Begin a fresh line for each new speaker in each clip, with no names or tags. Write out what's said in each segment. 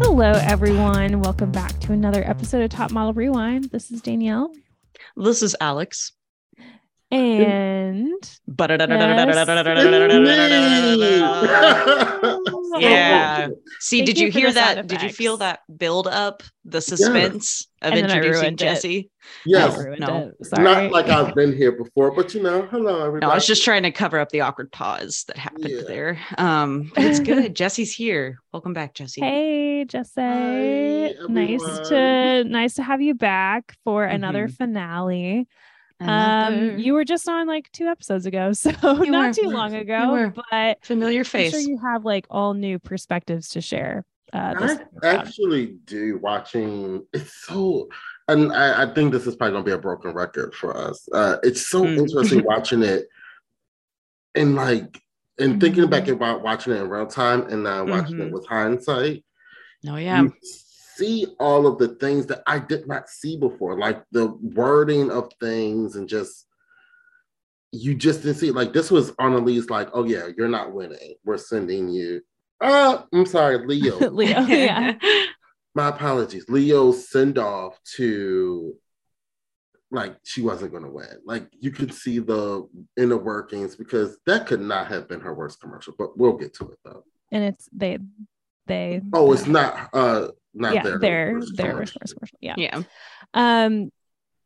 Hello, everyone. Welcome back to another episode of Top Model Rewind. This is Danielle.
This is Alex.
And
Yeah. See,
Thank
did
you
you
for
hear
the sound
that? Did you feel
effects.
that build up, the suspense of
And then I
introducing
ruined it.
Jesse?
I
No,
ruined
no.
it. Sorry.
Not like I've been here before, but you know, hello everybody.
No, I was just trying to cover up the awkward pause that happened
Yeah.
there. Um, but it's good. Jesse's here. Welcome back, Jesse.
Hey, Jesse.
Hi,
nice to nice to have you back for another finale.
Mm-hmm. Another
Um, you were just on like two episodes ago, so not
were.
too long
You
ago,
were.
but
familiar
I'm
face.
sure you have like all new perspectives to share. Uh, this
I
time around.
actually do watching it's so and I, I think this is probably gonna be a broken record for us. Uh it's so
Mm.
interesting watching it and like and thinking back
Hmm.
about watching it in real time and now watching
Mhm.
it with hindsight.
oh yeah.
You see all of the things that I did not see before, like the wording of things and just you just didn't see like this was Annalise like, oh yeah, you're not winning. We're sending you. Oh, I'm sorry, Leo.
Leo, yeah.
My apologies. Leo's send off to like she wasn't gonna win. Like you could see the inner workings because that could not have been her worst commercial, but we'll get to it though.
And it's they they
Oh, it's not uh not
yeah,
their
their
worst
their
commercial.
resource commercial. Yeah.
Yeah.
Um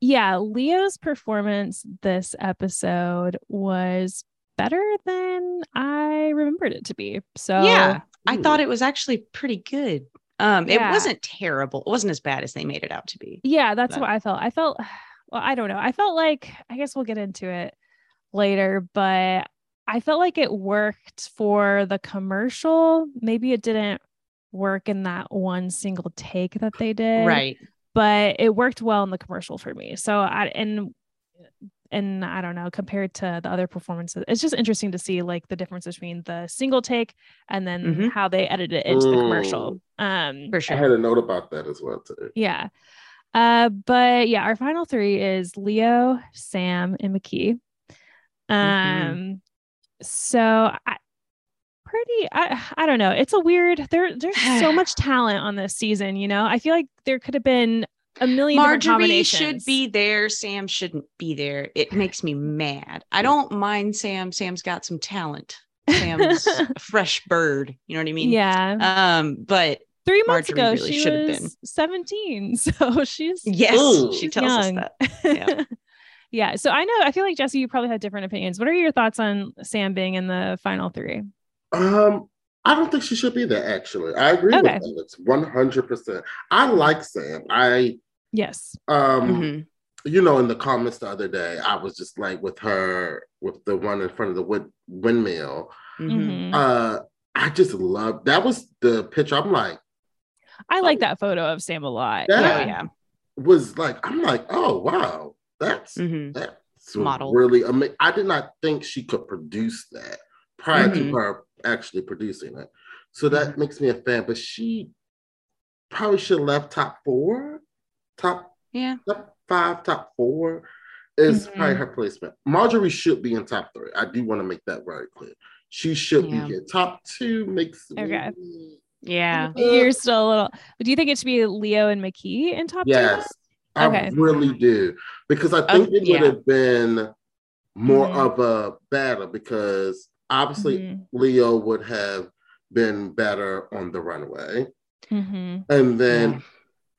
yeah, Leo's performance this episode was better than I remembered it to be. So
Yeah. I
Ooh.
thought it was actually pretty good. Um, it
Yeah.
wasn't terrible. It wasn't as bad as they made it out to be.
Yeah, that's
But-
what I felt. I felt well, I don't know. I felt like I guess we'll get into it later, but I felt like it worked for the commercial. Maybe it didn't work in that one single take that they did.
Right.
but it worked well in the commercial for me. So I and and I don't know compared to the other performances, it's just interesting to see like the difference between the single take and then
Mhm.
how they edited it into the
Mm.
commercial. Um,
For
I
sure.
had a note about that as well too.
yeah. Uh, but yeah, our final three is Leo, Sam, and McKee. Um,
Mhm.
so I pretty I I don't know. It's a weird there there's so much talent on this season, you know. I feel like there could have been a million different
Marjorie should
combinations.
be there. Sam shouldn't be there. It makes me mad. I don't mind Sam. Sam's got some talent. Sam's a fresh bird. You know what I mean?
yeah.
Um, but
Three months
Marjorie
ago
really
she
should have
was
been.
17. So she's
yes,
Ooh.
she
She's
tells
young.
us that. Yeah.
yeah. So I know I feel like Jesse, you probably had different opinions. What are your thoughts on Sam being in the final three?
Um, I don't think she should be there. Actually, I agree
Okay.
with Alex one hundred percent. I like Sam. I
Yes.
um,
Mhm.
you know, in the comments the other day, I was just like with her with the one in front of the wood windmill.
Mhm.
Mhm.
Uh, I just love that was the picture. I'm like
I like that photo of Sam a lot.
Um, That-
Oh,
Yeah.
yeah.
was like I'm like oh wow that's
Mhm.
that's
Model.
really amazing. I did not think she could produce that prior
Mhm.
to her actually producing it. So that
Mm-hmm.
makes me a fan, but she probably should have left top four, top
Yeah. Mm-hmm.
top five, top four is
Mhm.
probably her placement. Marjorie should be in top three. I do want to make that very clear. She should
Yeah.
be here. Top two makes me-
Okay.
Yeah.
You're still a little. Do you think it should be Leo and McKee in top two?
Yes, I
Okay. Uh,
really do because I think
Oh,
it
yeah.
would have been more
Mhm.
of a battle because obviously
Mhm.
Leo would have been better on the runway,
Mm-hmm.
Mhm.
and then
Yeah.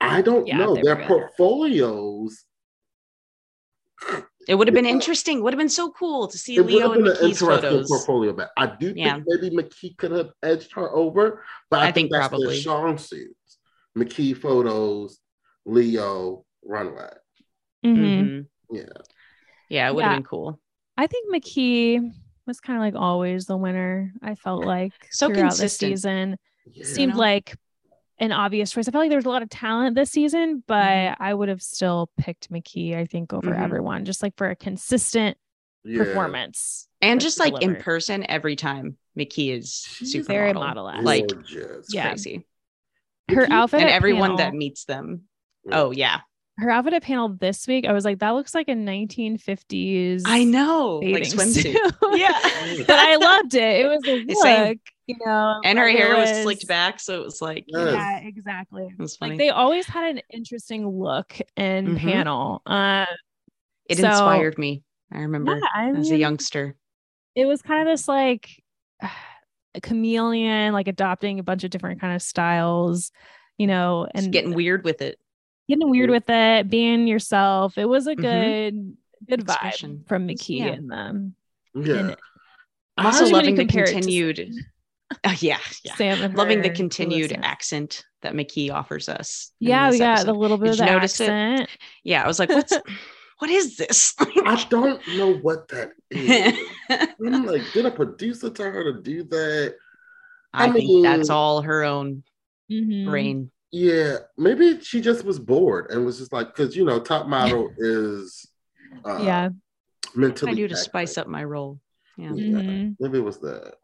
I don't
Yeah,
know
they
their
were good.
portfolios.
It would have been
Yeah.
interesting. Would have been so cool to see
It would
Leo
have
and
been an
McKee's
interesting
photos.
portfolio, but I do think
Yeah.
maybe McKee could have edged her over, but I,
I think
think, that's
probably.
their strong suits: McKee photos, Leo runway. Mm-hmm.
Mhm.
Mhm.
Yeah.
Yeah, it would
Yeah.
have been cool.
I think McKee was kind of like always the winner. I felt like
So
throughout
consistent.
the season
yeah.
seemed
know?
like an obvious choice. I felt like there was a lot of talent this season, but
Mm-hmm.
I would have still picked McKee. I think over
Mhm.
everyone, just like for a consistent
Mm-hmm. Yeah.
performance.
And
that
just
she
like in
delivered.
person every time, McKee is
She's
super
very
model.
model-esque.
Like
Gorgeous.
Yeah.
crazy.
Her
McKee-
outfit
and
at
everyone that
panel-
meets them.
Yeah.
Oh yeah,
her outfit at panel this week, I was like, that looks like a 1950s.
I know, like
bathing
swimsuit.
suit.
yeah,
but I loved it. It was a
It's same.
look, you know.
And her
it
hair was slicked back, so it was like you know,
Yes.
Yeah, exactly.
it was funny.
Like they always had an interesting look in
Mhm.
panel. Uh,
it
so-
inspired me. I remember
yeah, I
as a
mean,
youngster.
it was kind of this like a chameleon, like adopting a bunch of different kind of styles, you know,
Just
and
getting weird with it.
getting weird with it, being yourself. It was a
Mhm.
good good vibe
Expression.
from McKee
Yeah.
and them.
Yeah.
I
I'm also
was gonna
loving the
compare it to-
continued. Oh, yeah, yeah.
Sam and
Loving the
her
continued
listeners.
accent that McKee offers us. in
Yeah,
this
we got
episode.
a little bit
Did
of
you
the
notice it?
accent.
Yeah, I was like, what's what is this?
I don't know what that is. I'm like, did a producer tell her to do that?
I
I
think that's
mean-
all her own
Mhm.
brain.
Yeah, maybe she just was bored and was just like, because you know, top model is uh,
yeah.
mentally.
I do to
active.
spice Mm-hmm. up my role. Yeah.
Yeah,
Mhm.
maybe it was that.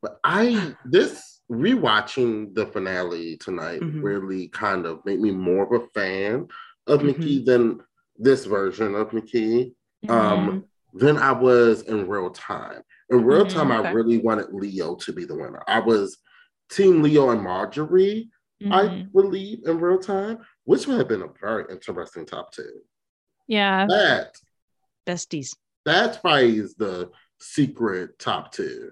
But I this rewatching the finale tonight
Mhm.
really kind of made me more of a fan of
Mhm.
Mickey than this version of Mickey
Mhm.
um, than I was in real time. In real
Mhm,
time, I
okay.
really wanted Leo to be the winner. I was Team Leo and Marjorie. I
Mhm.
believe in real time, which would have been a very interesting top two.
yeah.
That
Besties.
that probably is the secret top two.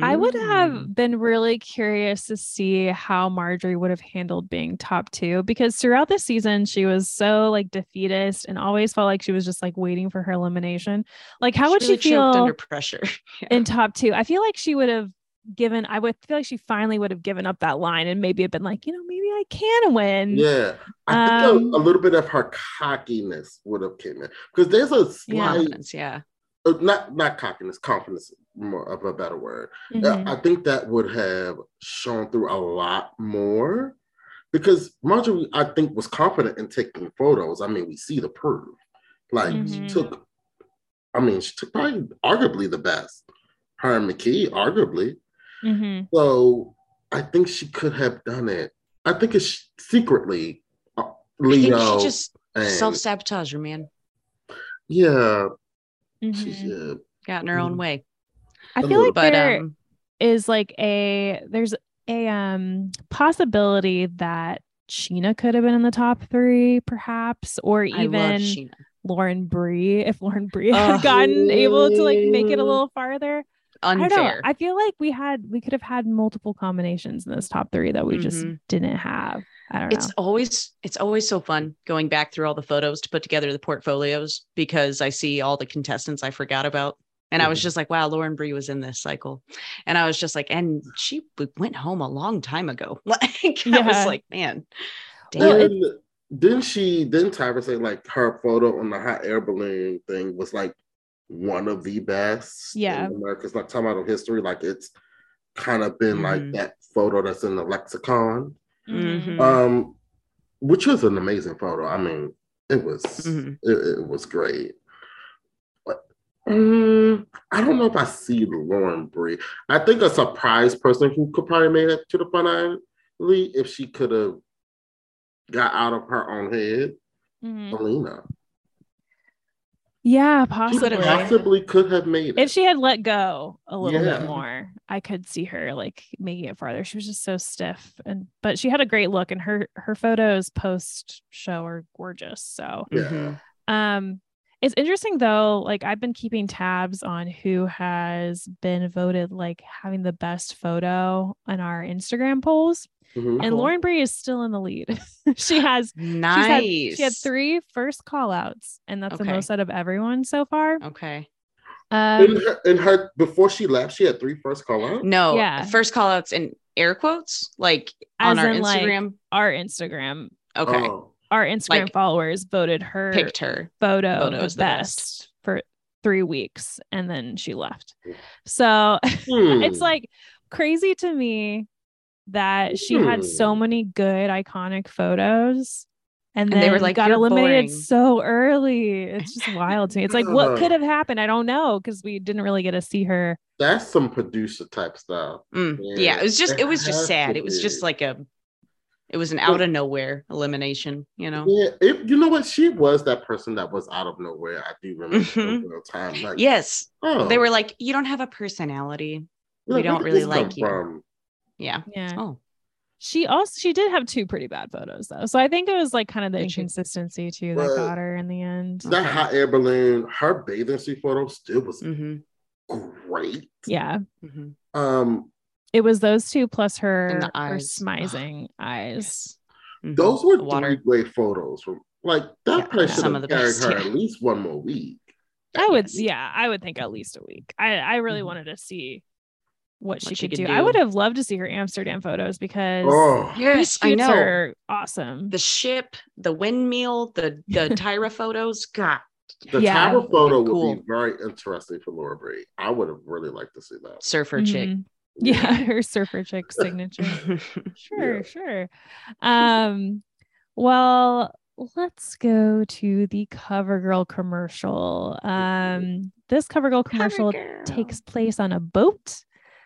I would
Mm.
have been really curious to see how Marjorie would have handled being top two because throughout the season she was so like defeatist and always felt like she was just like waiting for her elimination. Like how would
really
she
choked
feel
under pressure?
in top two? I feel like she would have given. I would feel like she finally would have given up that line and maybe have been like, you know, maybe I can win.
Yeah, I think
Mm-hmm. Um,
a, a little bit of her cockiness would have came in because there's a
Yeah.
slight,
Confidence, yeah.
uh, not not cockiness, confidence, more of a better word.
Mm-hmm.
Mhm.
I think that would have shown through a lot more because Marjorie, I think, was confident in taking photos. I mean, we see the proof. Like she
Mm-hmm.
Mhm.
took, I mean, she took probably arguably the best. Her and McKee, arguably.
Mhm.
So I think she could have done it. I think it's secretly uh,
I think
Leo.
she just
and-
self sabotage her man.
yeah, she-
Mm-hmm.
Mhm.
yeah.
Got in her own
Mhm.
way.
I feel like
But
there,
um
is like a there's a um possibility that Sheena could have been in the top three, perhaps, or
I love Oh.
even
Sheena.
Lauren Bree if Lauren Bree
Ugh.
had gotten able to like make it a little farther. I don't know.
Unfair.
I feel like we had we could have had multiple combinations in this top three that we just
Mhm.
didn't have. I don't
it's always it's always so fun going back through all the photos to put together the portfolios because I see all the contestants I forgot about. And I was
Mhm.
just like, wow, Lauren Bree was in this cycle. And I was just like, and she w- went home a long time ago. Like I
Yeah.
was like, man, damn.
Well, it-
And didn't she? Didn't Tyra say like her photo on the hot air balloon thing was like one of the best?
Yeah.
in America's like talking about history, like it's kind of been
Mhm.
like that photo that's in the lexicon,
know.
Mhm.
um, which was an amazing photo. I mean, it was
Mm-hmm.
Mhm.
it, it was great. But, mm, I don't know if I see Lauren Bree. I think a surprise person who could probably made it to the finale if she could have got out of her own head. Mm-hmm.
Mhm.
Alina.
Yeah,
She
possibly.
Could've-
possibly could have made
If
it.
she had let go a little
Yeah.
bit more, I could see her like making it farther. She was just so stiff, and but she had a great look, and her her photos post show are gorgeous. So,
Yeah.
um, it's interesting though. Like I've been keeping tabs on who has been voted like having the best photo on our Instagram polls,
Mhm.
and
Cool.
Lauren Bree is still in the lead. she has. she's
Mm-hmm. Nice.
had- she had three first call outs, and that's the
Okay.
most out of everyone so far.
Okay.
Um,
in, her, in her before she left, she had three first call out.
No,
Yeah.
first call outs in air quotes, like
as
on our
in, like,
Instagram.
our Instagram,
okay.
Oh,
our Instagram
Like,
followers voted her
Picked her.
photo,
photo
the,
as
best
the best.
for three weeks, and then she left.
Yeah.
So
hmm.
it's like crazy to me that she had so
Hmm.
many good iconic photos. And,
And
then
they were like,
got
"You're
eliminated
boring."
so early. It's just wild to me. It's like, what
Yeah.
could have happened? I don't know because we didn't really get to see her.
that's some producer type stuff.
Mm,
Yeah.
yeah. It was just
It
it was just
has to
sad. It was
be.
just like a It was an out of nowhere elimination, you know.
Yeah, it, you know what? She was that person that was out of nowhere. I do remember
Mhm.
the real time. Like,
Yes,
oh,
they were like, "You don't have a personality."
look,
"We don't
where did
really
this
like
come
you."
from?
Yeah.
Yeah.
Oh,
She also she did have two pretty bad photos though. So I think it was like kind of the
Did she?
inconsistency too
Right.
that got her in the end.
That hot air balloon, her bathing suit photo still was
hmm
great.
Yeah.
hmm
Um,
It was those two plus her,
the
her
eyes.
smizing eyes.
those were
water.
three great photos. From, like that
Yeah,
person
some of
should have
the
carried
best,
her
yeah.
at least one more week.
I would
Yes.
yeah, I would think at least a week. I I really
Mhm.
wanted to see what she,
What she
could,
could
do. I would
do.
have loved to see her Amsterdam photos because
Oh,
these
Yes, I
shoots
know.
are awesome.
the ship, the windmill, the the Tyra photos. God,
the
yeah.
tower photo would
Cool.
be very interesting for Laura Bree. I would have really liked to see that.
surfer chick.
Mhm. Yeah, her surfer chick signature. Mm-hmm. Sure, sure. Um, well, let's go to the CoverGirl commercial. Um, this CoverGirl commercial
Cover
takes
girl.
place on a boat.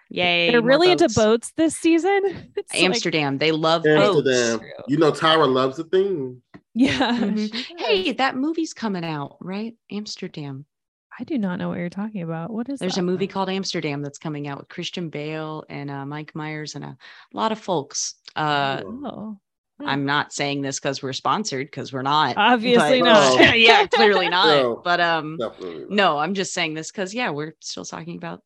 Yay!
They're
more
really into
boats.
boats this season. It's like-
Amsterdam. they love
Amsterdam.
boats.
True.
You know, Tyra loves the theme.
yeah.
Mhm.
she does.
Hey, that movie's coming out, right? Amsterdam.
I do not know what you're talking about. What is
There's
that?
a movie called Amsterdam that's coming out with Christian Bale and uh, Mike Myers and a lot of folks. Uh,
Oh,
I'm not saying this because we're sponsored, because we're not.
obviously
but-
not.
No.
oh. yeah, clearly not.
No.
But um,
Definitely.
no, I'm just saying this because yeah, we're still talking about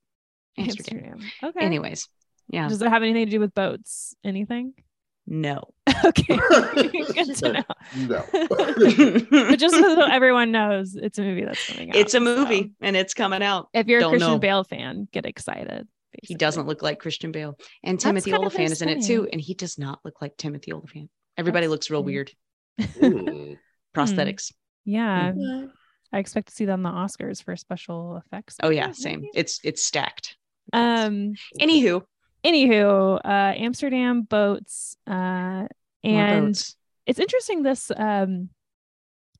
Amsterdam.
Amsterdam. Okay.
Anyways, yeah,
Does it have anything to do with boats? Anything?
no.
Okay. Good to know.
No.
But
it's
just so everyone knows, it's a movie that's coming out.
a
so
movie and it's coming out.
if you're a
Don't
Christian
know.
Bale fan, get excited.
He
basically.
doesn't look like Christian Bale, and
That's
Timothy
kind of
Oliphant is in it too,
insane.
and he does not look like Timothy Oliphant. Everybody
That's Hmm.
looks real
insane.
weird.
Mm.
Prosthetics. Mm.
Yeah.
Yeah.
I expect to see that on the Oscars for special effects.
Oh yeah,
maybe.
same. It's it's stacked.
Um,
Anywho,
anywho, uh, Amsterdam boats, uh,
more
and
boats.
it's interesting this um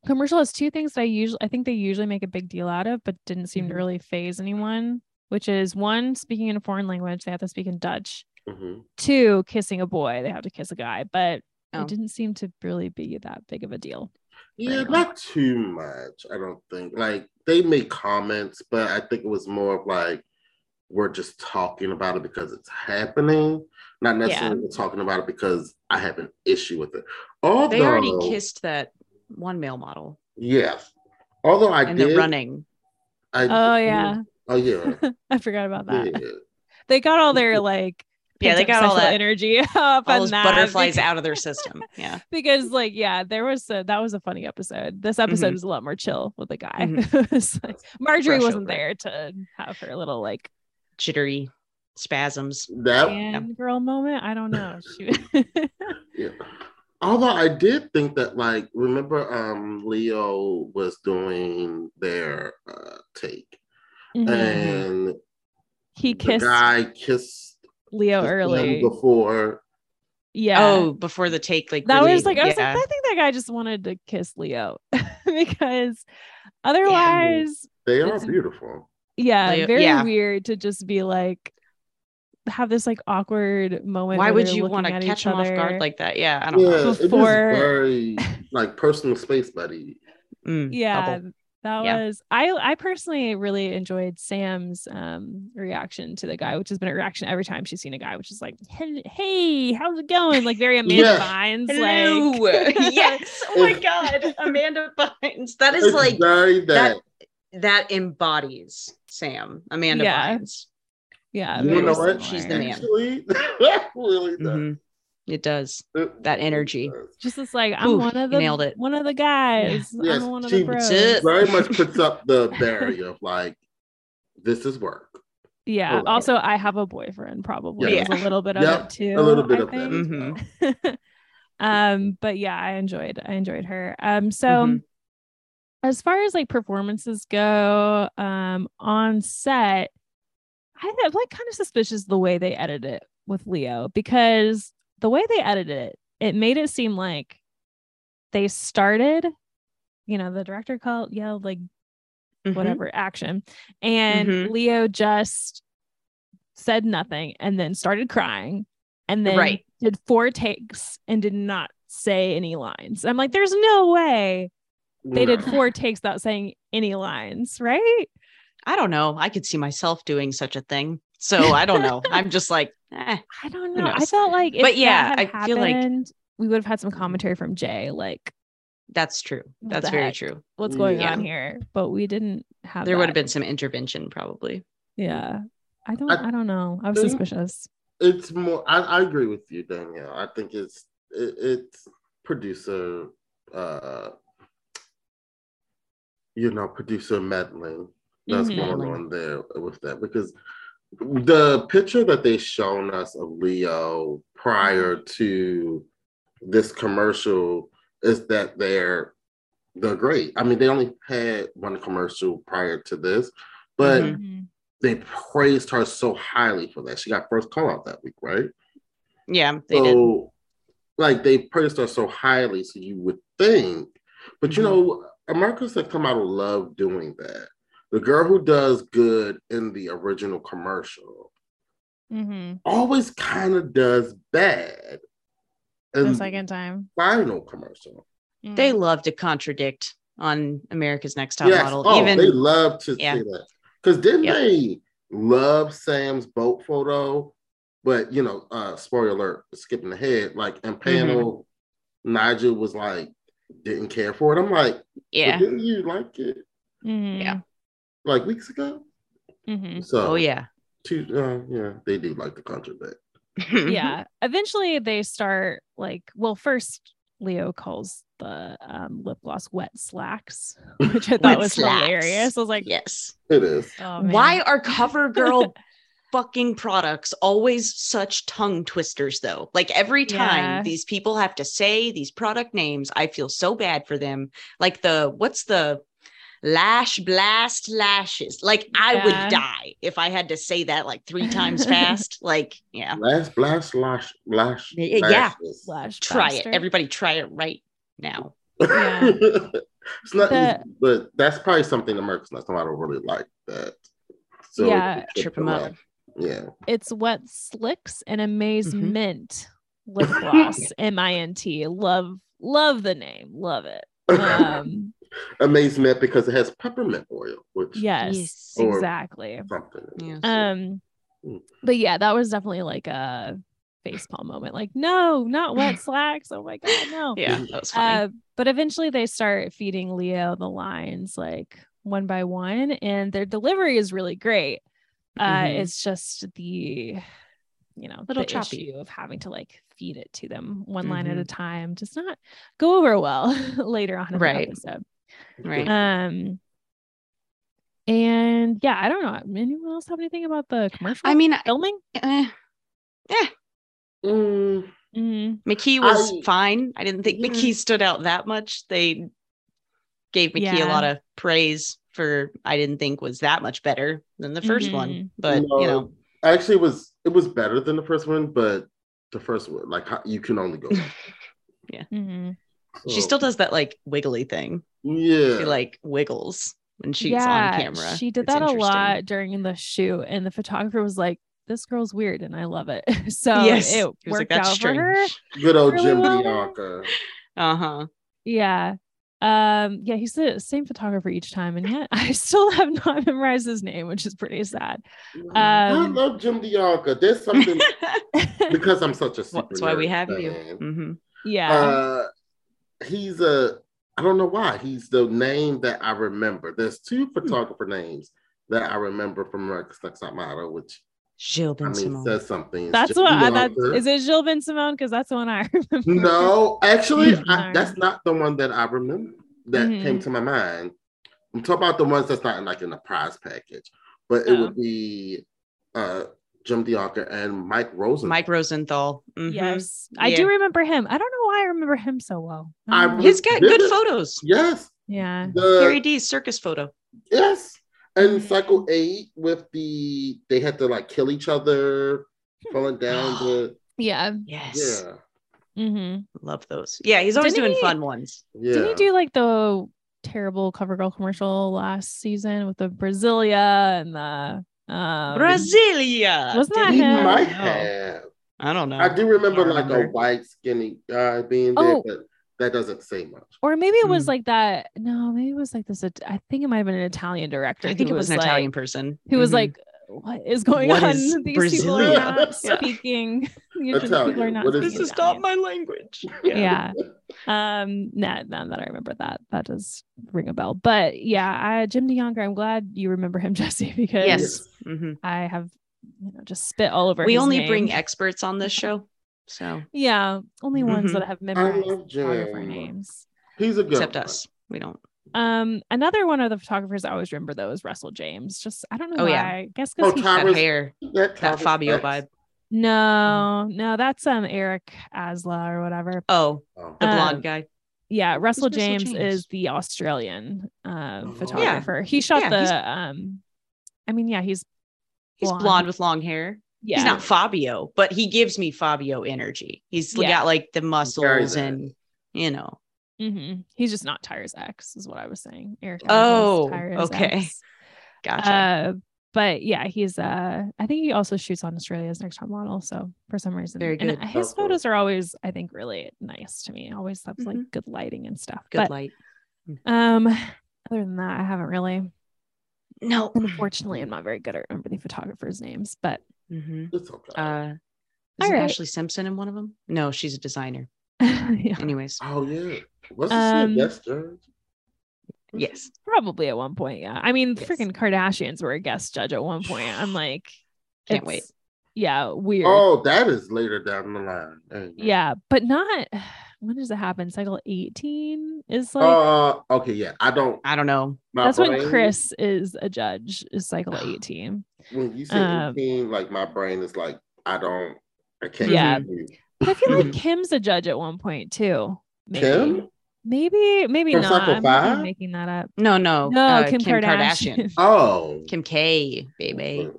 commercial has two things that i usually i think they usually make a big deal out of but didn't seem to
Mhm.
really phase anyone which is one speaking in a foreign language they have to speak in dutch
Mhm.
two kissing a boy they have to kiss a guy but
Oh.
it didn't seem to really be that big of a deal
Yeah,
Anyway.
not too much. I don't think. Like they made comments, but I think it was more of like we're just talking about it because it's happening, not necessarily we're talking about it because I have an issue with it. Although
They already kissed that one male model,
Yes. Although I
and
did.
they're running.
I,
oh yeah
Oh yeah.
i forgot about that
yeah.
they got all their like
Yeah, they
pent-up
got all
sexual
that-
energy up
All
on
those
that
butterflies
because-
out of their system. Yeah.
because like yeah there was a, that was a funny episode this episode
Mhm.
was a lot more chill with the guy
Mm-hmm.
It's like, marjorie
Brush
wasn't
over it.
there to have her little like
Jittery spasms.
That
fan girl moment i don't know she
Yeah. Although I did think that, like, remember um Leo was doing their uh take,
Mhm.
and
he
the
kissed
guy kissed
leo
his friend
early
before.
yeah
Oh, before the take, like
that was
really-
like i was
yeah.
like i think that guy just wanted to kiss leo because otherwise
They are
It's-
beautiful.
yeah,
Leo-
very
yeah.
weird to just be like have this like awkward moment
Why
where
would
they're
you
looking
want to
at
catch
each
them off
other.
guard like that? Yeah, I
Yeah,
don't know.
it is
Before-
very like personal space, buddy.
Mm,
yeah
bubble.
that
Yeah.
was i i personally really enjoyed sam's um reaction to the guy which has been a reaction every time she's seen a guy which is like hey, hey, how's it going like very amanda
Yeah.
vines
Hello.
like
yes. Oh my God, Amanda Bynes. That is
It's
like
very that.
that. That embodies Sam. Amanda
Yeah.
Bynes.
yeah
You
very
know what?
She's the
similar.
man.
Actually, that really does.
Mhm.
Mm-hmm.
It does.
It
That
really
energy.
does.
just it's like i'm
Oof,
one of
you
the
nailed it.
one of the guys
Yes,
i'm one of
she-
the bros
Zip.
Very much puts up the barrier of like, this is work.
yeah
Correct.
also i have a boyfriend probably
Yeah.
was a little bit of
Yep,
it too
A little bit
I
of that.
think.
as well.
um but yeah i enjoyed i enjoyed her um so
Mhm.
as far as like performances go um on set i am like kind of suspicious the way they edit it with leo because the way they edited it it made it seem like they started you know the director called yelled like
Mhm.
whatever action and
Mhm.
leo just said nothing and then started crying and then
Right.
did four takes and did not say any lines. I'm like, there's no way they did
No.
four takes without saying any lines, right?
I don't know. I could see myself doing such a thing. So I don't know. I'm just like, eh.
I don't
Who
know. I
knows?
felt like, if
But yeah,
that had
I feel like-
happened, we would have had some commentary from Jay, like
That's true.
What
That's
the
very
heck?
true.
what's going
Yeah.
on here. But we didn't have.
There would have
that.
been some intervention probably.
Yeah, I don't.
Uh,
I-
I, don't know.
mm-hmm.
I was
Mhm.
suspicious.
It's more. I, I agree with you, Danielle. I think it's it, it's producer, uh, you know, producer meddling that's
Mhm.
going
Meddling.
on there with that because the picture that they shown us of Leo prior to this commercial is that they're they're great. I mean, they only had one commercial prior to this,
Mm-hmm.
but
Mhm.
they praised her so highly for that. She got first call out that week, right?
Yeah, they
so,
did.
like, they praised her so highly, so you would think, but
Mhm.
you know, Americans have come out of love doing that. The girl who does good in the original commercial
Mm-hmm.
always kind of does bad in
The second time.
final commercial.
Mm-hmm. They love to contradict on America's Next Top
Yes.
Model.
Oh,
Even
they love to
Yeah.
say that. Because didn't
Yep.
they love Sam's boat photo? But you know, uh spoiler alert, skipping ahead, like in
Mm-hmm.
panel, Nigel was like, didn't care for it. I'm like, "But
yeah.
didn't you like it
Mhm.
Yeah.
like weeks ago?
Mhm.
So
Oh yeah.
two, uh, yeah, they do like the contradict.
yeah. Eventually, they start like. Well, first Leo calls the um, lip gloss wet slacks, which I thought
Wet
was
slacks.
hilarious. I was like,
yes.
It is.
oh, man.
Why are CoverGirl fucking products always such tongue twisters though? Like every time
Yeah.
these people have to say these product names, I feel so bad for them. Like the what's the lash blast lashes? Like I
Yeah.
would die if I had to say that like 3 times fast. Like yeah.
Last blast lash lash.
Yeah, yeah.
lashes.
Slash
Try it.
bastard.
Everybody try it right now.
Yeah.
it's not
The-
easy, but that's probably something Americans not somebody really like that. So
Yeah.
Trip 'em up.
Yeah.
It's wet slicks and
Mhm.
amazement lip gloss. M I N T. Love, love the name. Love it. Um,
Amazement because it has peppermint oil, which
yes,
Yes.
Or-
exactly.
something.
Yeah.
Um,
Mm.
but yeah, that was definitely like a facepalm moment. Like, no, not wet slacks. Oh my god, no.
Yeah, that was funny.
Uh, but eventually they start feeding Leo the lines like one by one, and their delivery is really great. Uh,
Mhm.
It's just the, you know,
Little
the
choppy. Mm-hmm.
issue of having to like feed it to them one line at a time does not go over well later on in
Right.
the episode.
right.
Um, and yeah, I don't know. Anyone else have anything about the commercial?
I mean, I-
filming.
eh,
Mm,
Mm,
McKee was
I-
fine. I didn't think
Yeah.
McKee stood out that much. They gave McKee a
Yeah.
lot of praise for I didn't think was that much better than the 1st one.
Mhm.
But
no,
you know,
actually, it was it was better than the first one, but the first one, like how- you can only go. up.
mhm.
she
So,
still does that like wiggly thing.
Oh, yeah.
She like wiggles when she's on camera.
She did
It's
that a
interesting.
lot during the shoot, and the photographer was like, "This girl's weird, and I love it." so
Yes,
it
He was like,
worked
"That's
out
strange."
for her.
Good old
really
Jim
well.
Bianca.
Uh huh.
Yeah. Um, yeah, he's the same photographer each time, and yet I still have not memorized his name, which is pretty sad.
Uh,
I
Um,
love Jim Bianca. There's something because I'm such a super
That's why we
nerd
have you.
fan.
hmm
yeah.
Uh, he's a I don't know why he's the name that I remember. There's two
Hmm.
photographer names that I remember from America's Next Top Model, which
Jill
I mean
Simone.
says something.
that's what I, that is it. Jill Ben Simone because that's the one I remember.
No, actually, I,
Sorry.
that's not the one that I remember that
Mhm.
came to my mind. I'm talking about the ones that's not in, like in the prize package, but it
Oh.
would be uh Jim DeAnker and Mike Rosen.
Mike Rosenthal. Mhm.
Yes, I
Yeah.
do remember him. I don't know why I remember him so well. I don't
I-
know.
He's got good
Did it?
photos.
yes,
yeah.
the
Carrie D's circus photo.
Yes. And
Mhm.
cycle eight with the they had to like kill each other, falling down the
Yeah.
Yes.
yeah.
Mm-hmm.
Love those. Yeah, he's always
Didn't
doing
he-
fun ones.
Yeah.
Didn't he do like the terrible CoverGirl commercial last season with the Brasilia and the um,
Brasilia.
Wasn't
Did
that
He
he?
him? Oh.
might
uh, No.
have.
I don't know.
I do remember
I
like a
remember.
white skinny guy being there,
Oh.
but that doesn't say much.
Or maybe it was
Hmm.
Mm.
like that. No, maybe it was like this. It- I think it might have been an Italian director.
I think
who
it was an
like-
Italian person
Who was
Mhm.
like, what is going
What
on?
is
These people
Brazilian?
are not
Yeah.
speaking. These people are
Italian.
not
What is
"This
speaking
is not
Italian."
my language."
Mm-hmm. yeah. Um, no, now that I remember that, that does ring a bell. But yeah, I, Jim DeYoung, I'm glad you remember him, Jesse, because
Yes. Mhm.
I have, you know, just spit all over.
We
his
only
name.
bring experts on this show, so
yeah, only ones
Mhm.
that have memorized
Mm-hmm. love
photographer
Jim.
names.
He's a good
except
one.
us, we don't.
Um, another one of the photographers I always remember though is Russell James. Just I don't know
Oh,
why.
yeah.
I guess
Oh,
because he
That
Tyra's-
hair, that
Travis
Fabio
X.
vibe.
no,
Mm.
no, that's um Eric Asla or whatever.
Oh,
Oh.
the
Um,
blonde guy.
Yeah, Russell
Russell
James,
James?
is the Australian
Oh.
um photographer. He
Yeah,
shot
he's-
the um I mean, yeah, he's
He's
blonde.
blonde with long hair.
yeah.
He's not Fabio, but he gives me Fabio energy. He's
Yeah.
got like the muscles
that.
and you know.
Mhm. He's just not Tyra's ex, is what I was saying. Eric. Asla is
Oh,
Tyra's
okay.
ex.
Gotcha.
Uh, but yeah, he's uh I think he also shoots on Australia's next top model. So for some reason
Very
and
good.
his
Oh, cool.
photos are always, I think, really nice to me. Always have like
Mhm.
good lighting and stuff.
Good
but
light.
um other than that, I haven't really
No.
unfortunately I'm not very good at remember the photographers' names, but
hmm
It's okay.
Uh,
All
is
right.
Ashley Simpson in one of them? No, she's a designer.
yeah,
Anyways,
oh yeah. What's
um,
his name? Yes, George.
Mm-hmm.
yes.
probably at one point, yeah. I mean,
Yes.
freaking Kardashians were a guest judge at one point. I'm like
Can't
it's-
wait.
Yeah, weird.
Oh, that is later down the line. Ain't it?
Yeah, but not when does it happen? Cycle 18 is like
Uh, okay, yeah. I don't.
I don't know.
My
That's when
brain-
Chris is a judge, is cycle 18.
When you say
Uh,
um,
18, like my brain is like, I don't. I can't.
Yeah.
hear you.
But I feel like
Mhm.
Kim's a judge at one point too. Maybe.
Kim?
Maybe, maybe
From
not.
Cycle
I might be
Five?
making that up.
No, no.
No,
uh,
Kim, Kardashian.
Oh.
Kim K, baby.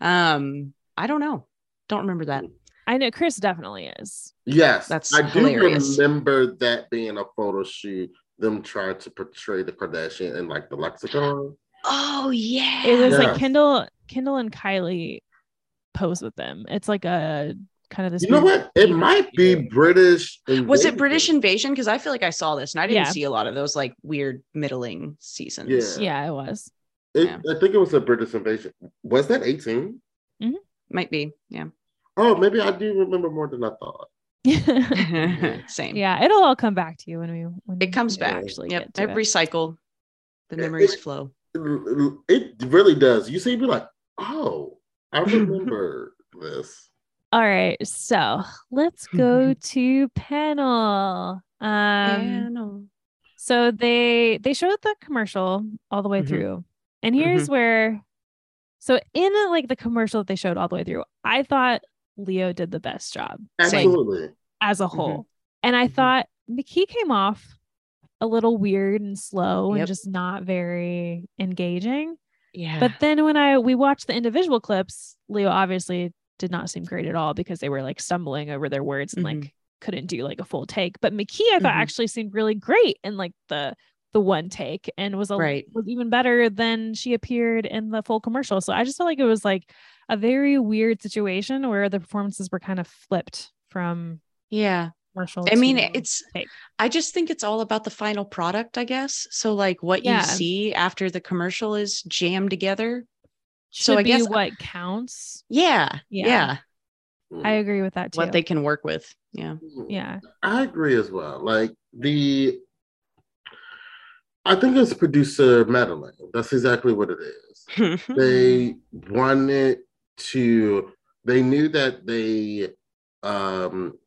Um, I don't know. Don't remember that.
I know Chris definitely is.
Yes,
That's
I do
hilarious.
remember that being a photo shoot. Them trying to portray the Kardashian in like the lexicon.
Oh yeah.
It was
Yes.
like Kendall, Kendall and Kylie pose with them. It's like a kind of this.
You know
weird-
what? It might be British.
was it
invasion.
British invasion? Because I feel like I saw this and I didn't
Yeah.
see a lot of those like weird middling seasons.
Yeah.
Yeah, it was.
It-
Yeah.
I think it was a British invasion. Was that 18?
Might be. Yeah.
Oh, maybe I do remember more than I thought.
yeah,
Same.
it'll all come back to you when we. When
It comes
we
back.
Actually,
Yep.
get to
Every
it.
cycle, the
It-
memories
it-
flow.
It really does. You see, be like, oh, I remember this.
All right, so let's go to panel. Um,
yeah, no.
So they they showed the commercial all the way
Mhm.
through. And here's where so in like the commercial that they showed all the way through, I thought Leo did the best job
Absolutely.
as a whole. And I
Mhm.
thought McKee came off a little weird and slow and
Yep.
just not very engaging.
Yeah.
But then when I we watched the individual clips, Leo obviously did not seem great at all because they were like stumbling over their words and
Mhm.
like couldn't do like a full take. But McKee, I thought
Mhm.
actually seemed really great in like the the one take and was a,
Right.
was even better than she appeared in the full commercial. So I just felt like it was like a very weird situation where the performances were kind of flipped from
yeah.
commercial.
I mean,
to-
it's,
take.
I just think it's all about the final product, I guess. So, like, what
Yeah.
you see after the commercial is jammed together. so
should
I
be
guess-
what counts.
Yeah.
Yeah.
Yeah.
I agree with that too.
What they can work with. Yeah.
yeah.
I agree as well. Like the, I think it's producer meddling. That's exactly what it is. they
Mm-hmm.
wanted to they knew that they um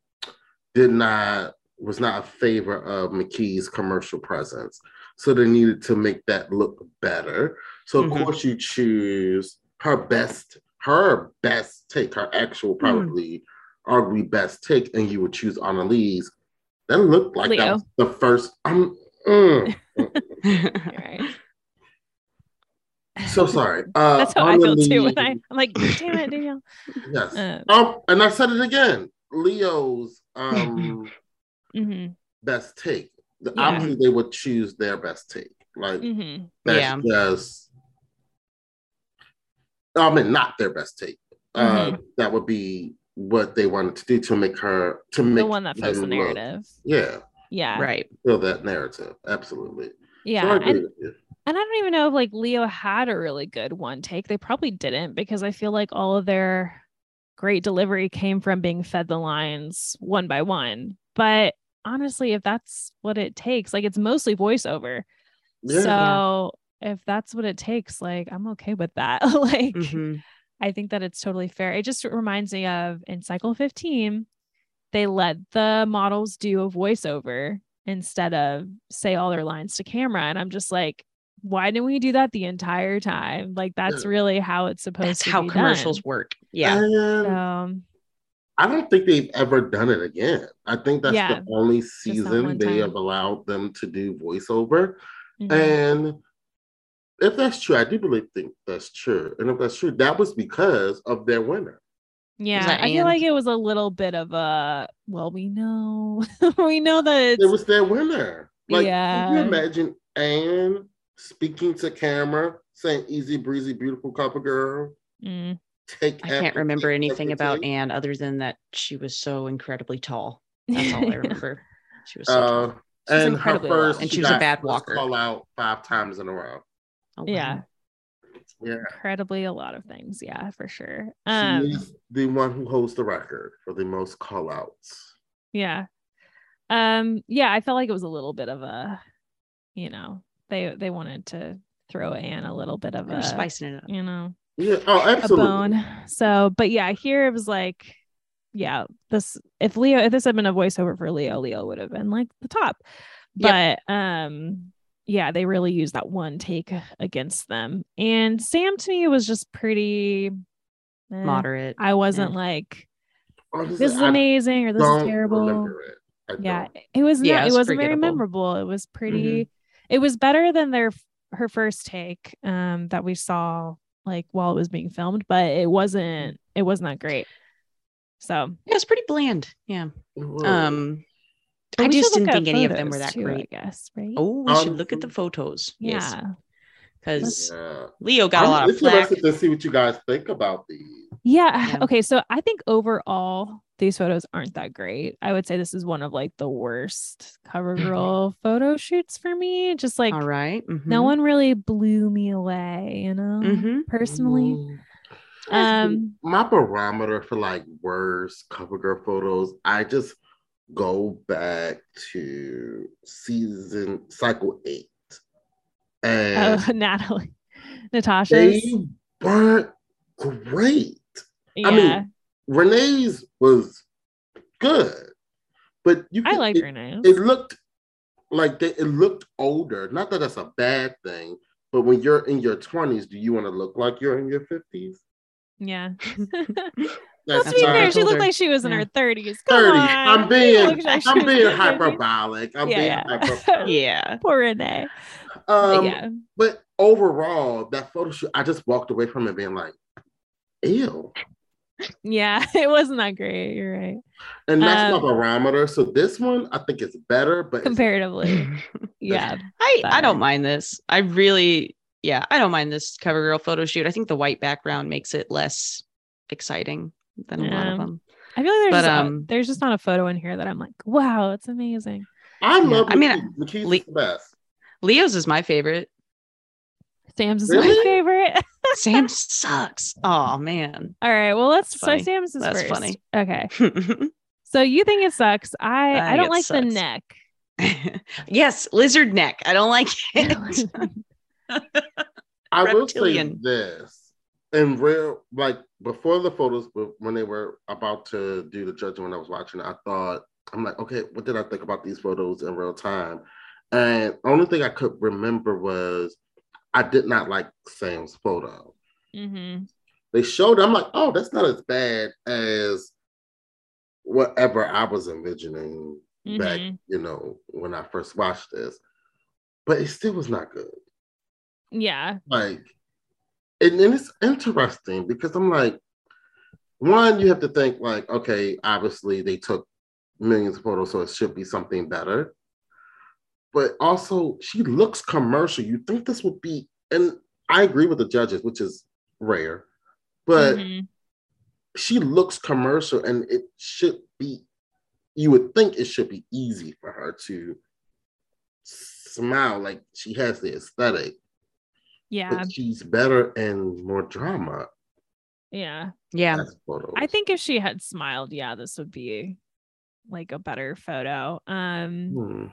did not was not a favor of mckee's commercial presence so they needed to make that look better so of
Mm-hmm.
Mhm.
course you choose her best her best take her actual
Mm.
probably arguably best take and you would choose annalise that looked like that
Leo.
was the first um mm,
All right.
so sorry uh
That's how I feel too. When I,
Annalise-
I'm like, damn it, Danielle.
yes
Uh,
Um, and I said it again. Leo's um
mhm.
best take. The-
Yeah.
Obviously, they would choose their best take. Like
Mm-hmm.
that's
Yeah.
just.
Mm-hmm.
I mean, not their best take. Uh, That would be what they wanted to do to make her to make
the one that floats the
them look-
narrative.
Yeah,
Yeah.
Right.
fill that narrative. Absolutely. So I
Yeah.
agree
And
with you.
and I don't even know if like Leo had a really good one take. They probably didn't because I feel like all of their great delivery came from being fed the lines one by one. But honestly, if that's what it takes, like it's mostly voiceover.
Yeah.
So if that's what it takes, like I'm okay with that. like
Mhm.
I think that it's totally fair. It just reminds me of in cycle 15, they let the models do a voiceover instead of say all their lines to camera. And I'm just like, why didn't we do that the entire time? Like that's
Yeah.
really how it's supposed
That's
to
how
be mm-hmm.
commercials work. Yeah.
And
done.
I don't think they've ever done it again. I think that's
Yeah,
the only
that
season
one
they
time.
have allowed them to do voiceover.
So mhm.
And if that's true, I do believe think that's true. And if that's true, that was because of their winner.
yeah,
that
I feel
and-
like it was a little bit of a well, we know we know that it's
It was their winner. Like, can you
Yeah.
imagine Anne speaking to camera, saying "Easy breezy, beautiful couple girl"?
Mm,
Take.
I can't
after
remember
take
anything
after
about
take."
Anne other than that she was so incredibly tall. That's all I remember. She was so tall.
Uh, and her
incredibly
first,
loud.
And she was a
got
bad
first
walker.
Call out five times in a row.
Oh, wow.
yeah,
Yeah.
incredibly a lot of things. Yeah, for sure.
She
Um,
is the one who holds the record for the most call outs.
Yeah. Um yeah, I felt like it was a little bit of a you know, they they wanted to throw Anne a little bit of
They were
a
spicing it up.
you know,
Yeah. Oh,
a
absolutely.
bone. So, but yeah, here it was like yeah, this if Leo if this had been a voiceover for Leo, Leo would have been like the top. But um yeah, they really used that one take against them. And Sam to me was just pretty eh,
Moderate.
I wasn't like
Honestly,
this is
I
amazing or this is
don't
terrible
remember it. I
yeah
don't.
it- it was
Yeah,
yeah
it
it,
was
wasn't very
forgettable. Mm-hmm.
memorable it was pretty it was better than their f- her first take um that we saw like while it was being filmed but it wasn't it wasn't that great so
Yeah, it's pretty bland. Yeah.
Whoa.
Um,
but
I
we should
just
look
didn't
at
think any of them were
photos,
that
too,
great.
i guess right
Oh, we should
Um,
look at the photos.
yeah
Yes. Because
yeah.
Leo got a
I'm
lot of flack.
interested to see what you guys think about these.
yeah
Yeah.
okay so i think overall these photos aren't that great i would say this is one of like the worst cover girl photo shoots for me just like
Mm-hmm. All right. mhm.
no one really blew me away you know
Mhm.
personally
Mm.
Um,
my barometer for like worst cover girl photos, I just go back to season cycle eight. And
oh, Natalie, Natasha's.
they weren't great.
yeah,
I mean, Renee's was good, but you
I
could-
like
it,
her name.
it looked like they it looked older. Not that that's a bad thing, but when you're in your 20s, do you want to look like you're in your 50s?
Yeah.
That's
Let's be
not-
fair. She
Older.
looked like she was in
Yeah.
her thirties. Come
30s.
on.
I'm
She
being
looked like she
I'm
was in
being
her 30s.
hyperbolic. I'm
Yeah,
being
yeah.
hyperbolic.
Yeah.
Poor Renee. But
Um,
yeah.
but overall, that photo shoot, I just walked away from it being like, ew.
Yeah. It wasn't that great. You're right.
And that's
Um,
my barometer. So this one, I think it's better, but it's
Comparatively.
I
Yeah.
I
But-
don't mind this. I really yeah, I don't mind this CoverGirl photo shoot. I think the white background makes it less exciting than a lot
Yeah.
of them.
I feel like there's
But,
just, a-
um,
there's just not a photo in here that I'm like, wow, it's amazing.
I
Yeah.
love.
I mean,
Lakeith. Lakeith
Le-
is the best.
Leo's is my favorite.
Sam's is my
Really?
favorite.
Sam sucks. Oh man.
All right. Well, let's.
That's
So
funny.
Sam's is
That's
first.
funny.
Okay. So you think it sucks? I
I
I,
think
don't
it
like the
sucks.
neck.
yes, lizard neck. I don't like it.
I
I will
Reptilian.
say this in real, like before the photos, but when they were about to do the judging, when I was watching, it, I thought, I'm like, okay, what did I think about these photos in real time? And only thing I could remember was I did not like Sam's photo.
mm-hmm.
They showed, it, I'm like, oh, that's not as bad as whatever I was envisioning back,
Mhm.
you know, when I first watched this, but it still was not good
Mm-hmm. Yeah.
like and, and it's interesting because i'm like one you have to think like okay obviously they took millions of photos so it should be something better but also she looks commercial you think this would
Mm-hmm.
be and i agree with the judges which is rare but
Mhm.
she looks commercial and it should be you would think it should be easy for her to smile like she has the aesthetic
Yeah.
but she's better and more drama
Yeah.
Yeah.
as photos.
I think if she had smiled, yeah, this would be like a better photo. Um
Hmm.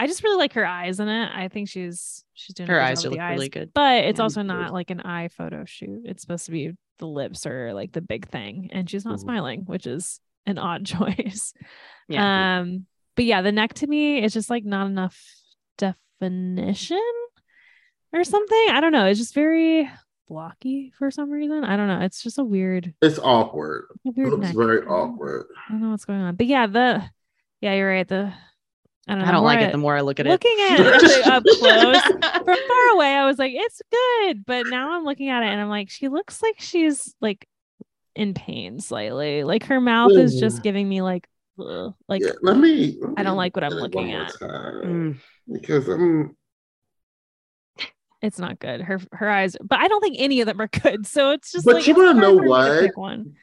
I just really like her eyes in it. I think she's she's doing a
Her
good
eyes
job
look
with the
really good.
But it's
Yeah,
also
me too.
not like an eye photo shoot. It's supposed to be the lips are like the big thing, and she's not
Mhm.
smiling, which is an odd choice.
Yeah.
Um, but yeah, the neck to me is just like not enough definition or something. I don't know. It's just very blocky for some reason. I don't know. It's just a weird,
it's awkward
a weird
it
Mm-hmm.
looks
neck.
very
I don't-
awkward
I don't know what's going on. But yeah, the yeah, you're right. The I don't know.
I don't
more
like
I-
it the more I look at it.
looking at it like, up close from far away, I was like, it's good. But now I'm looking at it and I'm like, she looks like she's like in pain slightly. Like her mouth is just
Yeah.
giving me like, ugh, like
Mm. Yeah, let me let
I don't
me
like what I'm
look it
looking
one more
at.
time,
Mm.
because um, i'm
it's not good. Her her eyes, but I don't think any of them are good. So it's just
But
like
you
it's
wanna
hard
know
for me to
what?
pick One.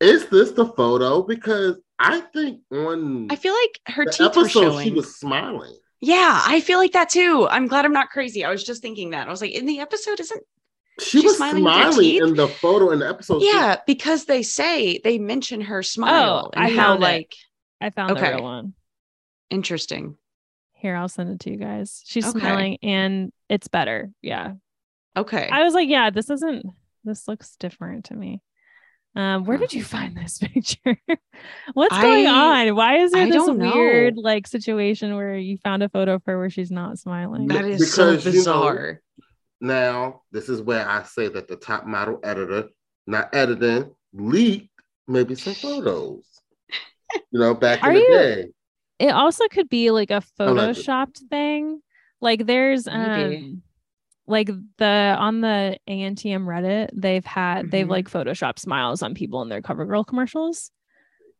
is this the photo because i think on
I feel like her
the
teeth were
episode
showing.
she was smiling
yeah, I feel like that too. I'm glad I'm not crazy. I was just thinking that. I was like, in the episode, isn't
she
She's
was
smiling
smiling,
with her teeth?
in the photo in the episode Oh, she-
Yeah, because they say they mention her smile and
I
how
found it.
like
I found the
Okay.
real one.
interesting.
Here, I'll send it to you guys. She's
Okay.
smiling and it's better. Yeah.
Okay.
I was like, yeah, this isn't this looks different to me. Um, where
Huh.
did you find this picture? What's going
I-
on? Why is there
I
this
don't know.
weird like situation where you found a photo of her where she's not smiling?
that is so
Because, you know-
bizarre.
Now, this is where I say that the top model editor, not editing, leaked maybe some photos. You know, back
Are
in the
you-
day.
It also could be like a
Allegedly.
photoshopped thing. Like there's
Oh, Maybe.
um like the on the ANTM Reddit, they've had they've
Mhm.
like photoshopped smiles on people in their CoverGirl commercials.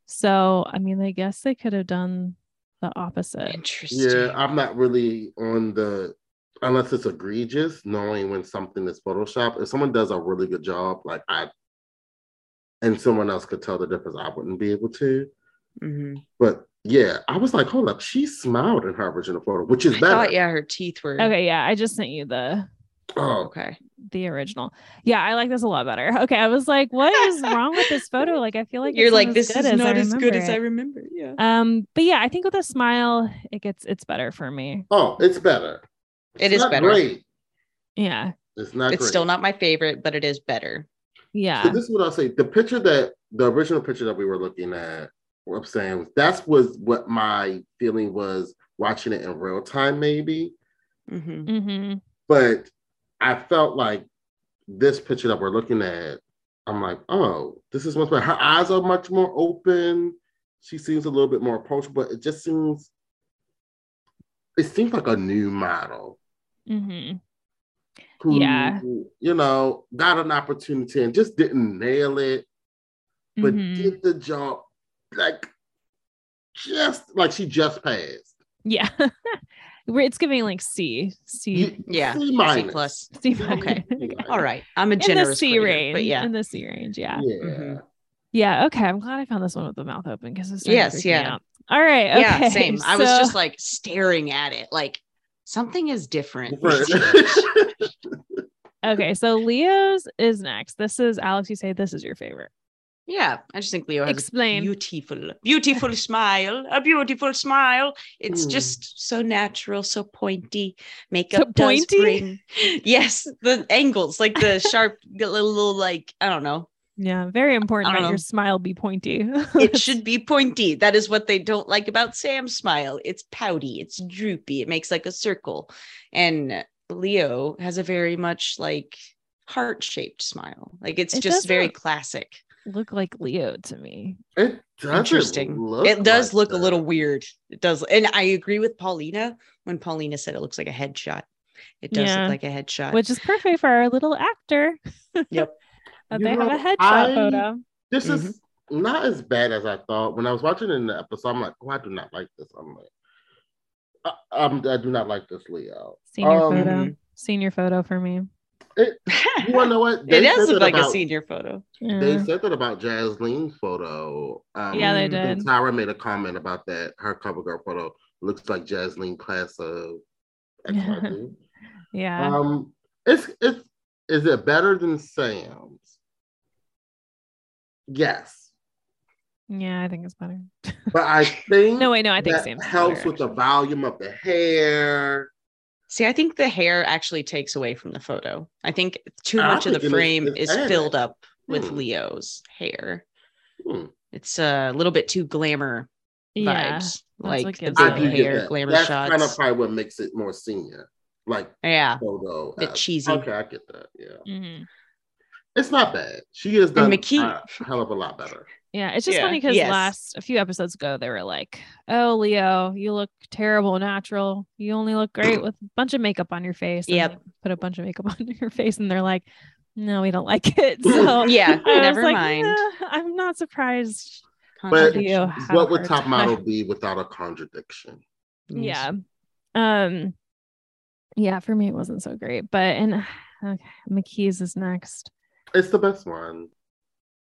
So I mean, I guess they could have done the opposite.
Interesting.
Yeah, I'm not really on the unless it's egregious, knowing when something is photoshopped. If someone does a really good job, like I and someone else could tell the difference, I wouldn't be able to.
Mhm.
But yeah, I was like, hold up, she smiled in her original photo, which is
I
better.
thought yeah, her teeth were
Okay, yeah, I just sent you the
Oh,
Okay.
the original. Yeah, I like this a lot better. Okay, I was like, what is wrong with this photo? Like, I feel like
You're
it's
like this
good
is not
I
as good
remember
as I
it."
remember. Yeah.
Um, but yeah, I think with a smile, it gets it's better for me.
oh, it's better.
It is
not
better.
Great.
Yeah,
It's not
It's
great.
still not my favorite, but it is better.
So
yeah,
this is what I'll say. The picture that the original picture that we were looking at, what I'm saying was that's was what my feeling was watching it in real time, maybe.
Mhm.
hmm
But I felt like this picture that we're looking at, I'm like, oh, this is much better. Her eyes are much more open. She seems a little bit more approachable. It just seems it seems like a new model.
hmm
who,
Yeah.
You know, got an opportunity and just didn't nail it. but
mm-hmm.
Mm-hmm.
did the job like just like she just passed.
yeah, Where it's giving like C C
You-
Yeah.
C
C
minus.
plus.
C.
C
minus.
Okay.
minus.
All right. I'm a
In the
generous
C
grader,
range,
but yeah.
in the C range, yeah,
Yeah.
Mhm.
yeah. Okay, I'm glad I found this one with the mouth open because it's
Yes,
yes,
yeah.
yeah. All right, okay.
Yeah, same. I was
so-
just like staring at it like something is different.
Right.
Okay, so Leo's is next. This is Alex. You say this is your favorite.
yeah, I just think Leo has
Explain.
beautiful, beautiful smile, a beautiful smile. It's
Hmm.
Mm.
just so natural, so pointy. Makeup
pointy?
does bring. Yes, the angles, like the sharp, the little, little, like I don't know.
yeah, very important
don't
that
know.
your smile be pointy.
It should be pointy. That is what they don't like about Sam's smile. It's pouty. It's droopy. It makes like a circle, and Leo has a very much like heart shaped smile. Like it's
It
just very
doesn't-
classic.
look like Leo to me.
It does
Interesting. it does look a little
weird.
weird. It does, and I agree with Paulina when Paulina said it looks like a headshot. It does
Yeah.
look like a headshot.
Which is perfect for our little actor.
Yep.
That
You
they have
know,
a headshot
I-
photo.
This is
Mm-hmm.
not as bad as I thought. When I was watching it in the episode, I'm like, oh, I do not like this. I'm like, "Uh, um, I, I'm, I do not like this, Leo.
Senior
um,
photo. Senior photo for me.
It, you want to know what?
Mm-hmm. it
They
does
said
look
that
like a
about-
senior photo.
Yeah.
They said that about Jasmine's photo. Um,
Mm-hmm. Yeah, they
I think
did.
Tyra made a comment about that. Her cover girl photo looks like Jasmine class of XYZ.
yeah.
um, it's it's is it better than Sam's? Yes,
yeah, I think it's better.
but I think
No, wait, no, I think
that
Sam's
helps
better,
with the volume of the hair.
See, I think the hair actually takes away from the photo. I think too
I
much of
think it
the
is-
frame
it's
is
added.
filled up with
Hmm.
Leo's hair.
Hmm.
It's a little bit too glamour
Yeah.
vibes,
what
like the
gives it
big
away. I do get
hair, glamour
That's
shots.
kind of probably what makes it more senior, like
yeah,
photo.
bit
as-
cheesy.
Uh, Okay, I get that. Yeah,
Mhm.
it's not bad. She has done
McKee-
a hell of a lot better.
Yeah, it's just
Yeah.
funny because
Yes.
last a few episodes ago they were like, "Oh, Leo, you look terrible natural. You only look great with a bunch of makeup on your face." And
Yep.
they Put a bunch of makeup on your face, and they're like, "No, we don't like it." So
Yeah,
I was
never
like,
mind.
"Nah, I'm not surprised.
But
Leo had
what
a
would
hard
top
time.
model be without a contradiction?
Yeah. Um. Yeah, for me it wasn't so great, but and okay, McKee's is next.
It's the best one.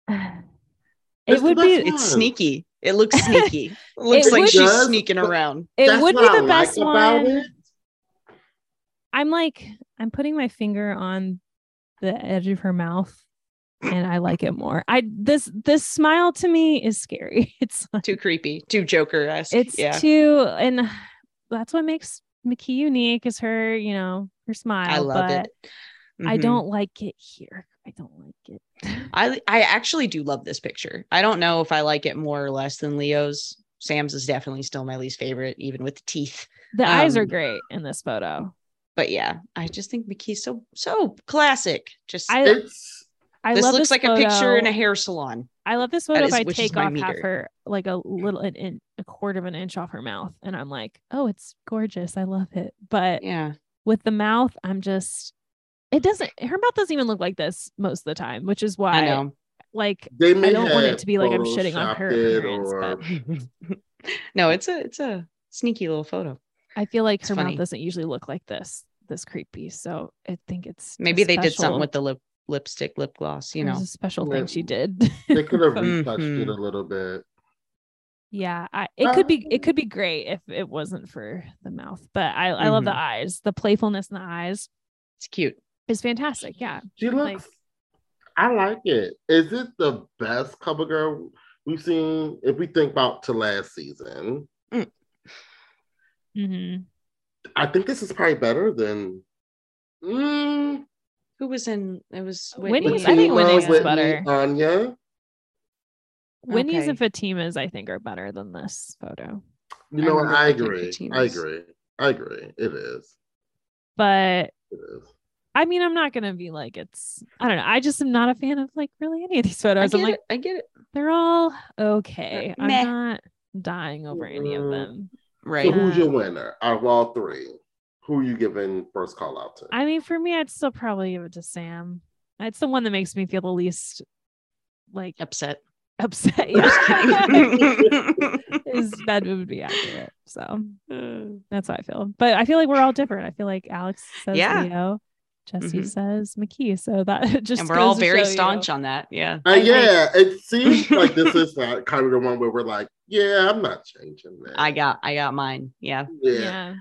It
It's the
would
best
be
one.
It's sneaky. It looks sneaky. It looks like
would-
she's
Hmm. Does-
sneaking around.
it
That's
would be
what I
the
like
best
about
one.
it.
I'm like, I'm putting my finger on the edge of her mouth and I like it more. I this this smile to me is scary. It's like,
Too creepy. Too Joker esque.
it's
yeah.
too and that's what makes Mickey unique is her, you know, her smile.
I love
but
it.
I
Mhm.
don't like it here. I don't like it.
I I actually do love this picture. I don't know if I like it more or less than Leo's. Sam's is definitely still my least favorite, even with the teeth.
The eyes are
Um,
great in this photo.
But yeah, I just think McKee's so so classic. Just
I-
It's
I
this
love
looks
this
like a picture in
photo.
a hair salon.
I love this
That
photo.
is-
if I
which is
take
my
off half
meter.
her, like a little, an in, a quarter of an inch off her mouth, and I'm like, oh, it's gorgeous. I love it. But
Yeah.
with the mouth, I'm just, it doesn't. Her mouth doesn't even look like this most of the time, which is why,
I know.
like,
they may
don't want it
have
to be like I'm shitting on her
photoshopped it
appearance,
or-
no, it's a it's a sneaky little photo.
I feel like
It's
her
funny.
mouth doesn't usually look like this, this creepy. So I think it's a
Maybe they did
special-
something with the lip lipstick, lip gloss, you
it was
know.
a special thing she
Mm.
did.
they could have
But-
retouched it a
Mhm.
little bit.
Yeah, I, it could be it
Um,
could be great if it wasn't for the mouth, but I, I love the
Mhm.
eyes. The playfulness in the eyes
It's cute.
is fantastic. Yeah,
She
Like-
looks. I like it. Is it the best cover girl we've seen? If we think about to last season,
mm-hmm.
I think this is probably better than. Mm,
Who was in it was
Whitney's- I
Whitney.
think
Fatima,
Whitney's is
Whitney,
better.
Anya,
Winnie's and
Okay.
Fatima's I think are better than this photo,
you
I
know what?
remember thinking
I agree. I
Fatima's.
agree. I agree. It is.
but
It is.
I mean I'm not gonna be like it's I don't know. I just am not a fan of like really any of these
I
photos.
get
I'm like
it. I get it.
they're all okay. I'm
meh.
not dying over any of
Mm.
them.
Right.
So who's
Uh,
your winner out of all three? Who are you giving first call out to?
I mean, for me, I'd still probably give it to Sam. It's the one that makes me feel the least like
Upset.
upset.
I'm just
Yeah.
kidding.
is that would be accurate. So
Uh,
that's how I feel. But I feel like we're all different. I feel like Alex says
Yeah.
Leo, Jesse
Mhm.
says McKee. So that just
and we're all
goes to
very
show you.
staunch on that. Yeah.
Uh,
I think-
yeah, it seems like this is not kind of the one where we're like, yeah, I'm not changing that.
I got I got mine. Yeah.
Yeah.
yeah.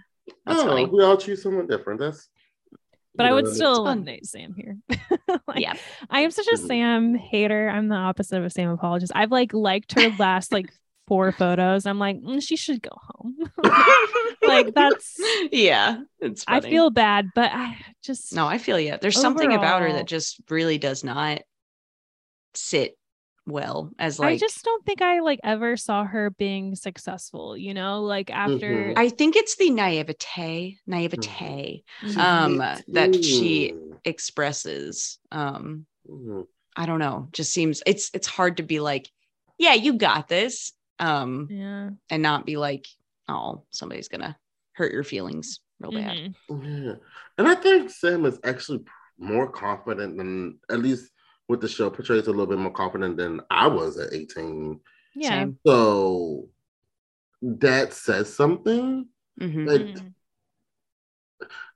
That's
oh,
funny.
we all choose someone different. That's.
But I would
Yeah.
still
fun.
eliminate Sam here. Like,
yeah.
I am such a
Mhm.
Sam hater. I'm the opposite of a Sam apologist. I've like liked her last like four photos. I'm like, "Mm, she should go home. like that's
yeah. It's
I
funny.
feel bad, but I just
no, I feel you. There's something about her
Overall-
that just really does not sit well as
I
like
just don't think I like ever saw her being successful, you know, like after
Mhm.
Mm-hmm. I think it's the naivete, naivete
Mm,
She's
Um, that she-
18.
expresses um
Mhm.
I don't know, just seems it's it's hard to be like, yeah, you got this, um,
yeah.
and not be like, oh, somebody's gonna hurt your feelings real bad.
Mhm.
Yeah. And I think Sam is actually more confident than, at least with the show, portrays a little bit more confident than I was at 18.
Yeah.
Same.
So that says something.
Mhm.
Like,
Mhm.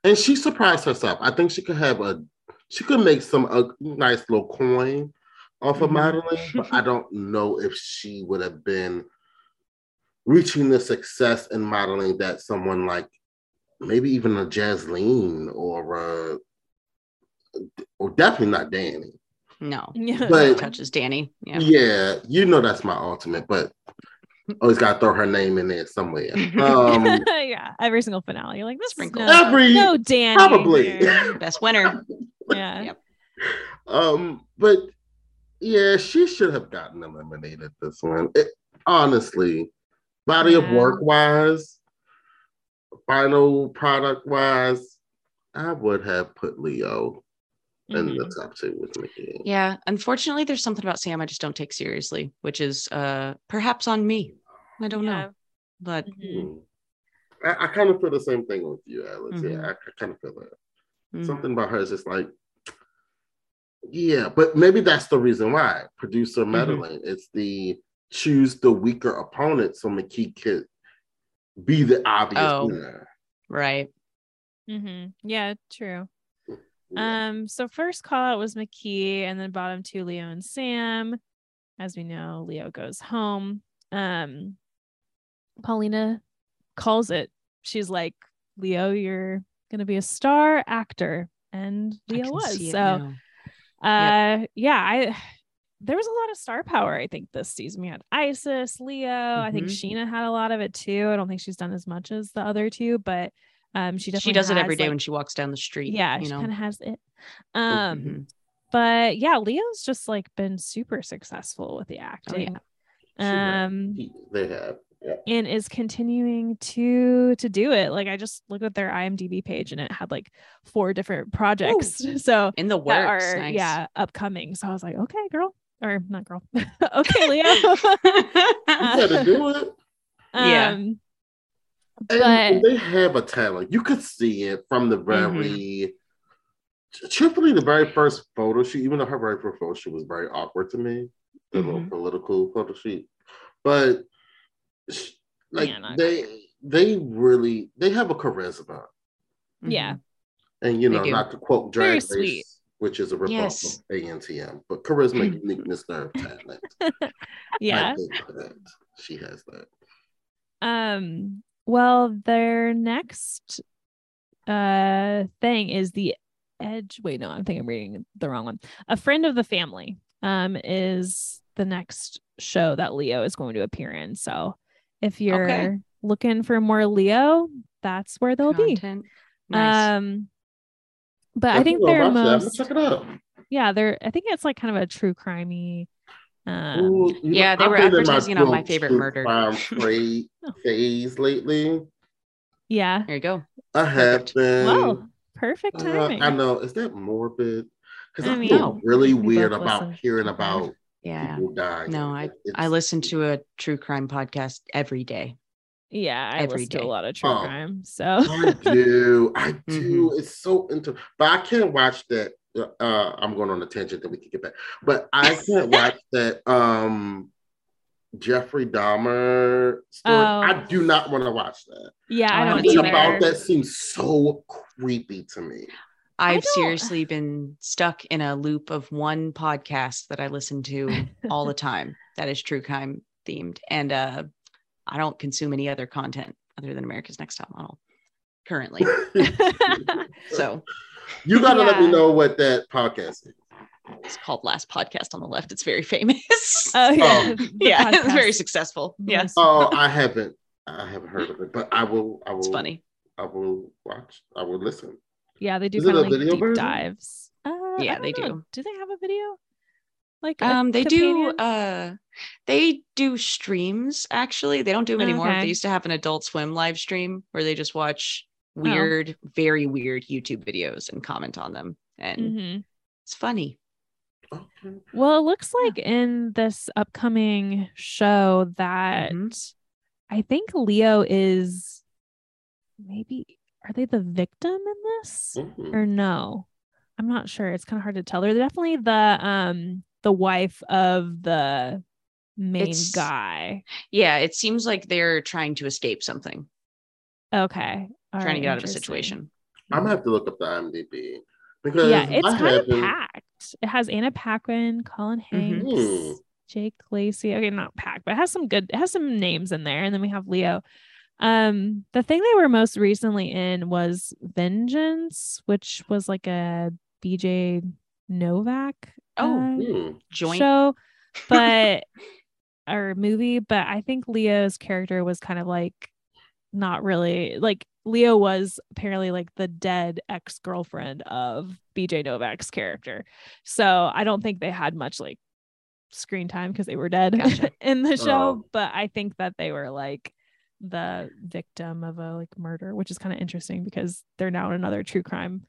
and she surprised herself. I think she could have a She could make some uh, nice little coin off of
Mhm.
modeling, but I don't know if she would have been reaching the success in modeling that someone like maybe even a Jasmine or uh, or definitely not Danny.
No,
Yeah.
But-
touches Danny. Yeah.
Yeah. you know that's my ultimate, but always gotta throw her name in there somewhere. Um,
Mm-hmm. yeah. Every single finale. You're like this
Sprinkle.
No,
every
no Danny.
probably.
here.
Best winner.
Yeah.
Yep.
Um, but yeah, she should have gotten eliminated this one. It, honestly, body of
Yeah.
work wise, final product wise, I would have put Leo in the
Mhm.
top two with Nikki.
Yeah. Unfortunately, there's something about Sam I just don't take seriously, which is uh perhaps on me. I don't
Yeah.
know. But
Mhm.
Hmm. I, I kind of feel the same thing with you, Alex.
Mhm.
Yeah, I, I kind of feel that.
mm,
Something about her is just like, yeah, but maybe that's the reason why producer
Mm-hmm.
meddling. It's the choose the weaker opponent so McKee could be the obvious
Oh.
winner.
right.
Mhm. Yeah. True.
Uh,
Yeah.
Um, so first call out was McKee, and then bottom two, Leo and Sam. As we know, Leo goes home. Um, Paulina calls it. She's like, Leo, you're gonna be a star actor. And
I
Leo
can
was.
see it
So
now.
uh yeah, I there was a lot of star power, I think, this season. We had Isis, Leo. I think
Mm-hmm.
Sheena had a lot of it too. I don't think she's done as much as the other two, but um she definitely
she does it every
has,
day
like-
when she walks down the street.
yeah,
You
she
know.
kind of has it. Um,
Mhm.
but yeah, Leo's just like been super successful
Oh,
with the acting.
yeah.
Um,
He- they have. Yeah.
and is continuing to to do it. Like I just looked at their IMDb page and it had like four different projects. So
In the
that
works.
are
nice.
yeah upcoming. So I was like, okay, girl, or not girl, okay, Leo.
Mm-hmm.
You gotta do it.
Yeah.
Um, But-
And they have a talent. You could see it from the very,
Mm-hmm.
truthfully, the very first photo shoot, even though her very first photo shoot was very awkward to me, the little
Mm-hmm.
Mhm.
political photo shoot. But sh- like
Yeah, not
they, they really, they have a charisma.
yeah,
And you
They
know,
do.
not to quote
Very
Drag
sweet.
Race, which is a ripoff
Yes.
of ANTM, but charisma, uniqueness, nerve, talent.
Mm-hmm. yeah.
I think that she has that.
Um, well, their next uh thing is the edge. Wait, no, I think I'm reading the wrong one. A friend of the family um is the next show that Leo is going to appear in. So if you're looking for more Leo, that's where they'll be.
Content. Nice.
Um but I
Definitely
think
gonna
they're
watch that. I'm gonna
most
check it out.
yeah, they're I think it's like kind of a true crimey um
Ooh, you
yeah, they
I've
were
been in my
advertising it on My
quote,
Favorite
true
Murder. Oh.
crime free phase lately.
yeah.
there you go.
I have
Perfect.
been.
Well, perfect
Uh,
timing.
I know. Is that morbid? Because
I
I,
mean,
feel
No.
really
we both
weird about
listen.
hearing
Mhm.
about
Yeah.
people dying.
No,
It's-
I listen to a true crime podcast every day.
Yeah, I
every
listen to a
day.
lot of true
Oh.
crime. So
I do. I
Mm-hmm.
do. It's so inter. But I can't watch that. Uh, I'm going on a tangent that we can get back. But I can't watch that. Um, Jeffrey Dahmer story.
Oh.
I do not want to watch that.
yeah,
I
I don't
haven't
Something
seen
either.
it.
about that seems so creepy to me.
I
I've
don't-
seriously been stuck in a loop of one podcast that I listen to all the time. That is true crime themed, and uh, I don't consume any other content other than America's Next Top Model currently.
Oh,
So
You gotta let
Yeah.
me know what that podcast is.
it's called Last Podcast on the Left. It's very famous.
oh yeah,
Oh.
the
yeah, it's very
podcast.
successful. Yes,
Oh, I haven't. I haven't heard of it, but I will. I will.
it's funny.
I will watch. I will listen.
Yeah, they do
Is it
kind
a
of like
video
deep
version?
dives. Uh, I
Yeah,
don't
they
know.
do.
Do they have a video? Like a
um they
companion?
do uh they do streams actually they don't do them anymore
Oh, Okay.
they used to have an adult swim live stream where they just watch
Oh.
weird very weird youtube videos and comment on them and
Mhm.
it's funny
Okay. Mm-hmm.
Well, it looks like in this upcoming show that I think Leo is maybe are they the victim in this?
Mhm.
or no i'm not sure it's kind of hard to tell they're definitely the um the wife of the main
It's-
guy
yeah it seems like they're trying to escape something
okay All
trying to
right,
get out of a
interesting.
situation
I'm gonna have to look up the IMDb Because
yeah, it's
I
kind of
haven't-
packed. It has Anna Paquin, Colin Hanks,
Mm-hmm.
Hmm.
Jake Lacey. Okay, not packed, but it has some good. It has some names in there, and then we have Leo. Um, the thing they were most recently in was Vengeance, which was like a BJ Novak.
Oh,
uh,
Hmm.
Joint.
show, but or movie. But I think Leo's character was kind of like not really like Leo was apparently like the dead ex girlfriend of BJ Novak's character. So I don't think they had much like screen time because they were dead
Gotcha.
in the show.
Oh.
But I think that they were like the victim of a like murder, which is kind of interesting because they're now in another true crime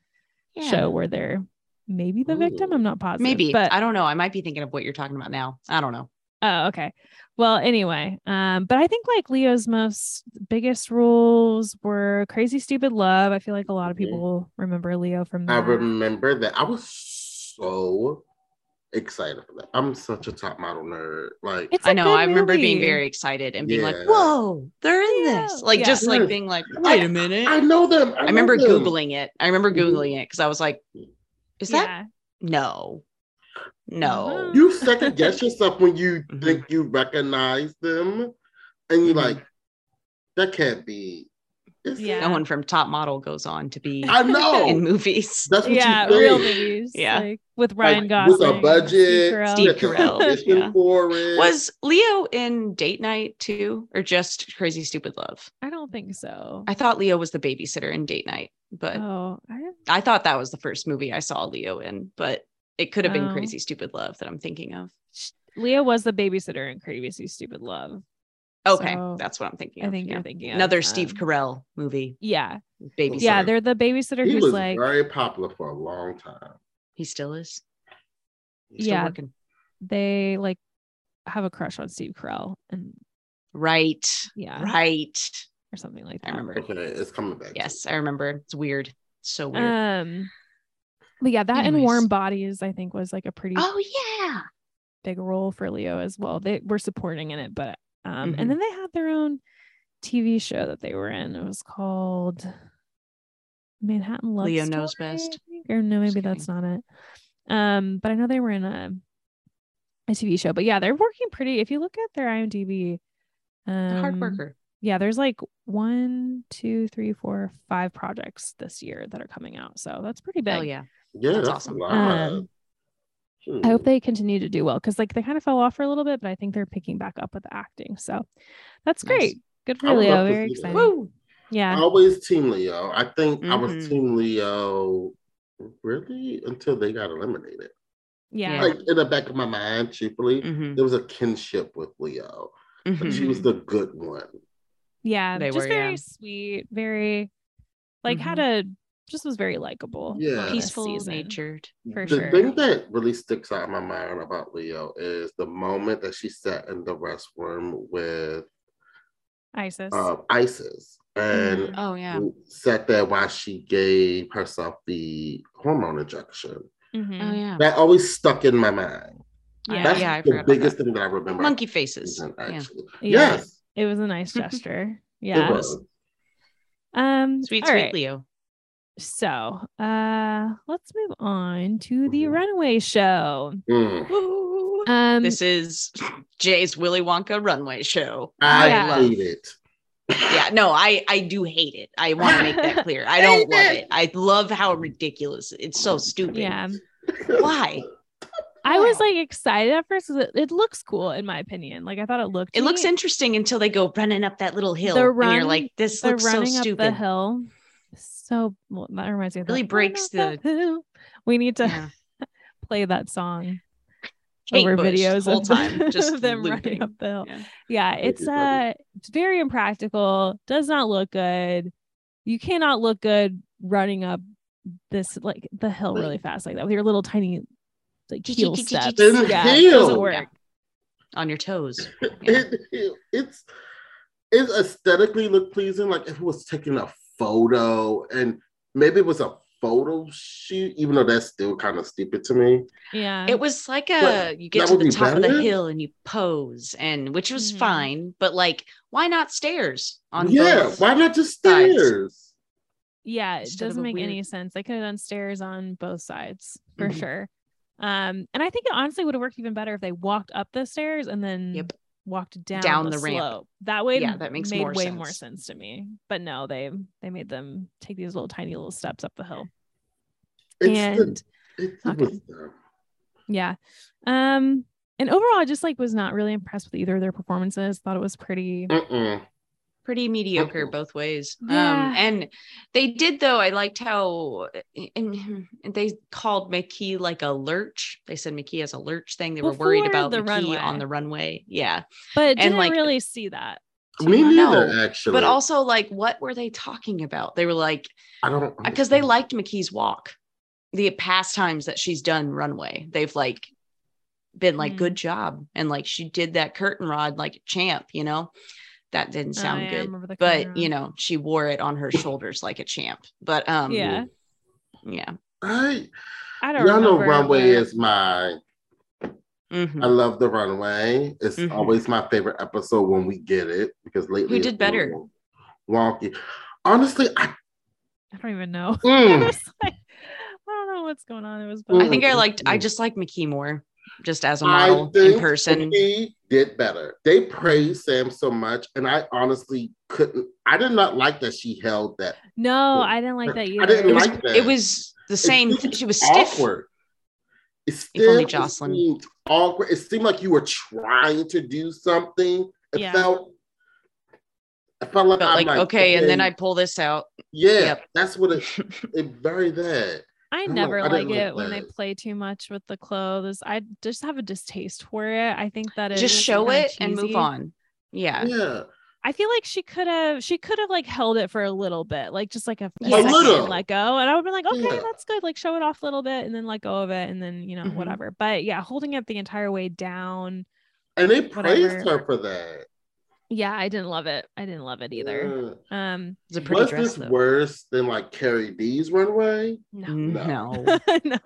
Yeah.
show where they're maybe the victim.
Ooh.
I'm not positive.
Maybe.
but
I don't know. I might be thinking of what you're talking about now. I don't know.
Oh, okay. Well, anyway, um, but I think like Leo's most biggest roles were Crazy Stupid Love. I feel like a lot of
Mhm.
people remember Leo from
I
that.
remember that. I was so excited for that. I'm such a top model nerd. Like,
It's
I
a
know.
good
I remember being
movie.
very excited and being
Yeah.
like, whoa, they're in this.
Yeah.
Like,
Yeah.
just like
Yeah.
being like,
I-
wait a minute.
I know them. I,
I
know
remember
them.
Googling it. I remember
Mhm.
Googling it because I was like, is that
yeah.
no?
Uh-huh.
No.
You second guess yourself when you
Mhm.
think you recognize them, and you're
Mhm.
like, that can't be. It's-
Yeah.
No one from Top Model goes on to be
I know.
in movies.
That's what
Yeah,
you think.
real movies.
Yeah.
like, with Ryan
Like,
Gosling,
with a
Steve
budget,
Carell.
Steve
you had to
Carell,
audition
yeah.
for it.
Was Leo in Date Night too, or just Crazy Stupid Love?
I don't think so.
I thought Leo was the babysitter in Date Night, but
oh, I,
I thought that was the first movie I saw Leo in, but it could have been
Oh.
Crazy Stupid Love that I'm thinking of.
Leo was the babysitter in Crazy Stupid Love.
Okay,
So,
that's what I'm thinking.
I
of,
think
yeah.
you're thinking of,
another Steve
um,
Carell movie.
Yeah,
Babysitter.
yeah, they're the babysitter
he
who's
was
like
very popular for a long time.
he still is. He's
Yeah.
Still working.
they like have a crush on Steve Carell and
Right.
yeah,
Right.
or something like
I
that.
remember.
Okay, it's coming back. to
Yes, I remember. It's weird. So weird.
Um, but yeah, that and
Anyways.
Warm Bodies, I think, was like a pretty
oh yeah.
big role for Leo as well. They were supporting in it, but um,
Mhm.
and then they had their own TV show that they were in. It was called Manhattan Love.
Leo Knows
Story, I
Best.
think, Or no,
Just
maybe that's not it. Um, but I know they were in a a TV show. But yeah, they're working pretty. If you look at their IMDb, um,
The hard worker.
yeah, there's like one, two, three, four, five projects this year that are coming out. So that's pretty big.
Oh yeah.
it. yeah,
That's
that's,
awesome.
A lot.
Um,
Hmm.
I hope they continue to do well because like they kind of fell off for a little bit, but I think they're picking back up with the acting. So that's
Nice.
great. Good
I
for
would
Leo.
love to
Very
see that.
exciting.
Woo.
Yeah.
always Team Leo. I think I was
Mhm.
Team Leo really until they got eliminated.
Yeah.
Like in the back of my mind, cheaply,
hmm
there was a kinship with Leo.
Mm-hmm.
But she was the good one.
Yeah.
They
just
were,
very
yeah.
sweet. Very like had a just was very likable.
Mm-hmm. Yeah.
Mm-hmm.
on this
Peaceful
season.
natured.
For
the
sure.
thing that really sticks out in my mind about Leo is the moment that she sat in the restroom with
Isis.
uh, Isis and
Mhm.
Oh yeah.
sat there while she gave herself the hormone injection.
Mhm.
Oh yeah.
That always stuck in my mind.
Yeah.
That's
Yeah, I
the
forgot about
biggest thing that I remember.
Monkey faces.
season,
Yeah.
actually.
Yeah.
Yes.
It was a nice gesture.
it
Yeah.
was.
Um
Sweet,
all
sweet
right.
Leo.
So uh let's move on to the
Mhm.
runway show.
Mm.
Woo.
Um
this is Jay's Willy Wonka runway show.
I
Yeah.
hate it.
Yeah, no, I I do hate it. I want to make that clear. I don't love it. I love how ridiculous. It's so stupid.
yeah.
Why?
I was
Wow.
like excited at first because it, it looks cool in my opinion. Like I thought it looked
It looks
neat.
interesting until they go running up that little hill,
They're
and you're
run-
like, "This
They're
looks so
running up the
stupid."
hill. So well, that reminds me of
Really
that,
breaks
"Run up hill." We need to
Yeah.
play that song
Kate
over
Bush,
videos
the whole
of
time,
them-
just
of them running
looping.
up the hill.
Yeah.
Yeah,
Thank
it's
you, Debbie.
uh it's very impractical, does not look good. You cannot look good running up this like the hill
Right.
really fast like that with your little tiny like heel steps.
Then
Yeah, it doesn't
heel.
work.
Yeah. On your toes. Yeah.
It, it- it's it aesthetically looked pleasing, like if it was taking a photo and maybe it was a photo shoot, even though that's still kind of stupid to me.
Yeah.
It was like a
But
you get
that
to
would
the
be
top of the
better?
hill and you pose, and which was
Mhm.
fine, but like, why not stairs on
yeah,
both?
why not just
sides.
stairs?
yeah, it
Instead of
doesn't
a
make any
weird-
sense. They could have done stairs on both sides for
Mhm.
sure. Um, and I think it honestly would have worked even better if they walked up the stairs and then
Yep.
walked down,
Down
the,
the ramp.
slope. That way,
Yeah, that makes
made
more
way more
sense.
sense to me. But no, they they made them take these little tiny little steps up the hill,
It's the-
and
it's the
okay.
wisdom.
yeah, um, and overall, I just like was not really impressed with either of their performances. Thought it was pretty.
Mm-mm.
pretty mediocre
Mhm.
both ways.
Yeah.
Um, and they did though. I liked how and, and they called McKee like a lurch. They said McKee has a lurch thing. They were worried
Before
about
the
the McKee
runway.
on the runway. Yeah,
But didn't
like-
really see that. too
Me
much.
neither,
No,
actually.
but also like, what were they talking about? They were like,
I don't
because they
understand.
liked McKee's walk. The past times that she's done runway, they've like been like,
Mm.
good job, and like she did that curtain rod like a champ. You know, that didn't
Oh,
sound
yeah, I
good
remember the
but
camera.
you know she wore it on her shoulders like a champ but um yeah
yeah,
yeah
I
I don't.
y'all know
remember,
runway
but-
is my
Mhm.
I love the runway. It's
Mhm.
always my favorite episode when we get it because lately
did
it's been
better?
Wonky. Honestly, I
I don't even know. I
mm,
was like, I don't know what's going on. It was.
Mm.
i think i liked i
Mhm.
just like mckee more just as a
I
model
think
in person
he did better. They praised Sam so much, and I honestly couldn't. I did not like that she held that.
No, I didn't like that either.
I didn't
It was-
like that.
it was the same
seemed
she was stiff
awkward. It's
If
still
only Jocelyn.
awkward. It seemed like you were trying to do something. It
Yeah.
felt. It felt like,
but
I'm
like okay, and then i pull this out
Yeah,
Yep.
that's what it. It very that.
I
don't know,
never
I
like
didn't
it
like
when they
that.
play too much with the clothes. I just have a distaste for it. I think that it's
just show
kinda
it and move
cheesy.
on yeah
Yeah,
I feel like she could have she could have like held it for a little bit, like just like a, a
Yeah. A
second
little.
and let go. And I would be like, okay,
Yeah. Mm-hmm.
that's good. Like show it off a little bit and then let go of it and then you know,
Mhm.
whatever. But yeah, holding it the entire way down.
and they praised
Whatever.
her for that.
Yeah, I didn't love it. I didn't love it either.
Yeah.
Um
Mm.
it's a pretty
Was
dress
this
though
worse than like Carrie D's runway?
no.
no,
Um, no.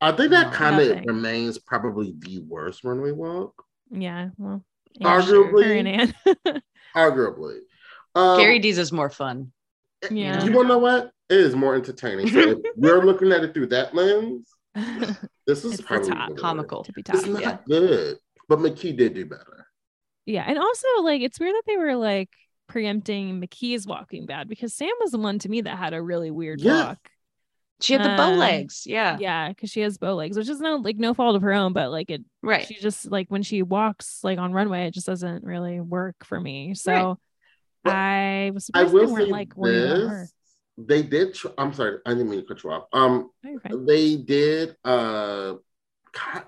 I think
No,
that kind of
nothing.
remains probably the worst runway walk,
Yeah. Well Anne,
Arguably.
her and Anne.
arguably. Um,
gary d's is more fun
Yeah.
You want to know what? It is more entertaining. So if we're looking at it through that lens.
to
This is
It's the
probably
top
the worst.
comical
be
It's
tough.
not
yeah.
good, but McKee did do better.
Yeah, and also like it's weird that they were like preempting McKee's walking bad because Sam was the one to me that had a really weird
Yes.
walk.
she had the bow
Um,
legs yeah,
Yeah, because she has bow legs, which is no like no fault of her own, but like it
right
she just like when she walks like on runway, it just doesn't really work for me. So
Well,
I was
I
surprised they
will say
weren't like worried about her.
this. They did. Tr- I'm sorry. I didn't mean to cut you off. Um,
No, you're fine.
they did uh ki-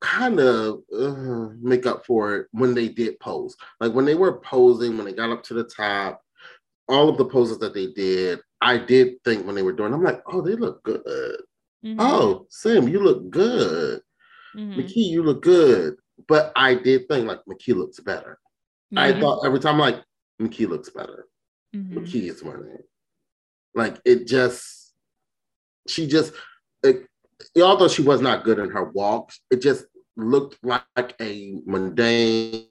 kind of uh, make up for it when they did pose like when they were posing when they got up to the top all of the poses that they did i did think when they were doing i'm like oh they look good
Mhm,
oh sam you look good
mhm.
mckee you look good but i did think like mckee looks better i
Yeah.
thought every time like mckee looks better
Mm-hmm.
Mhm.
McKee is winning. Like it just, she just, it, although she was not good in her walks, it just looked like a mundane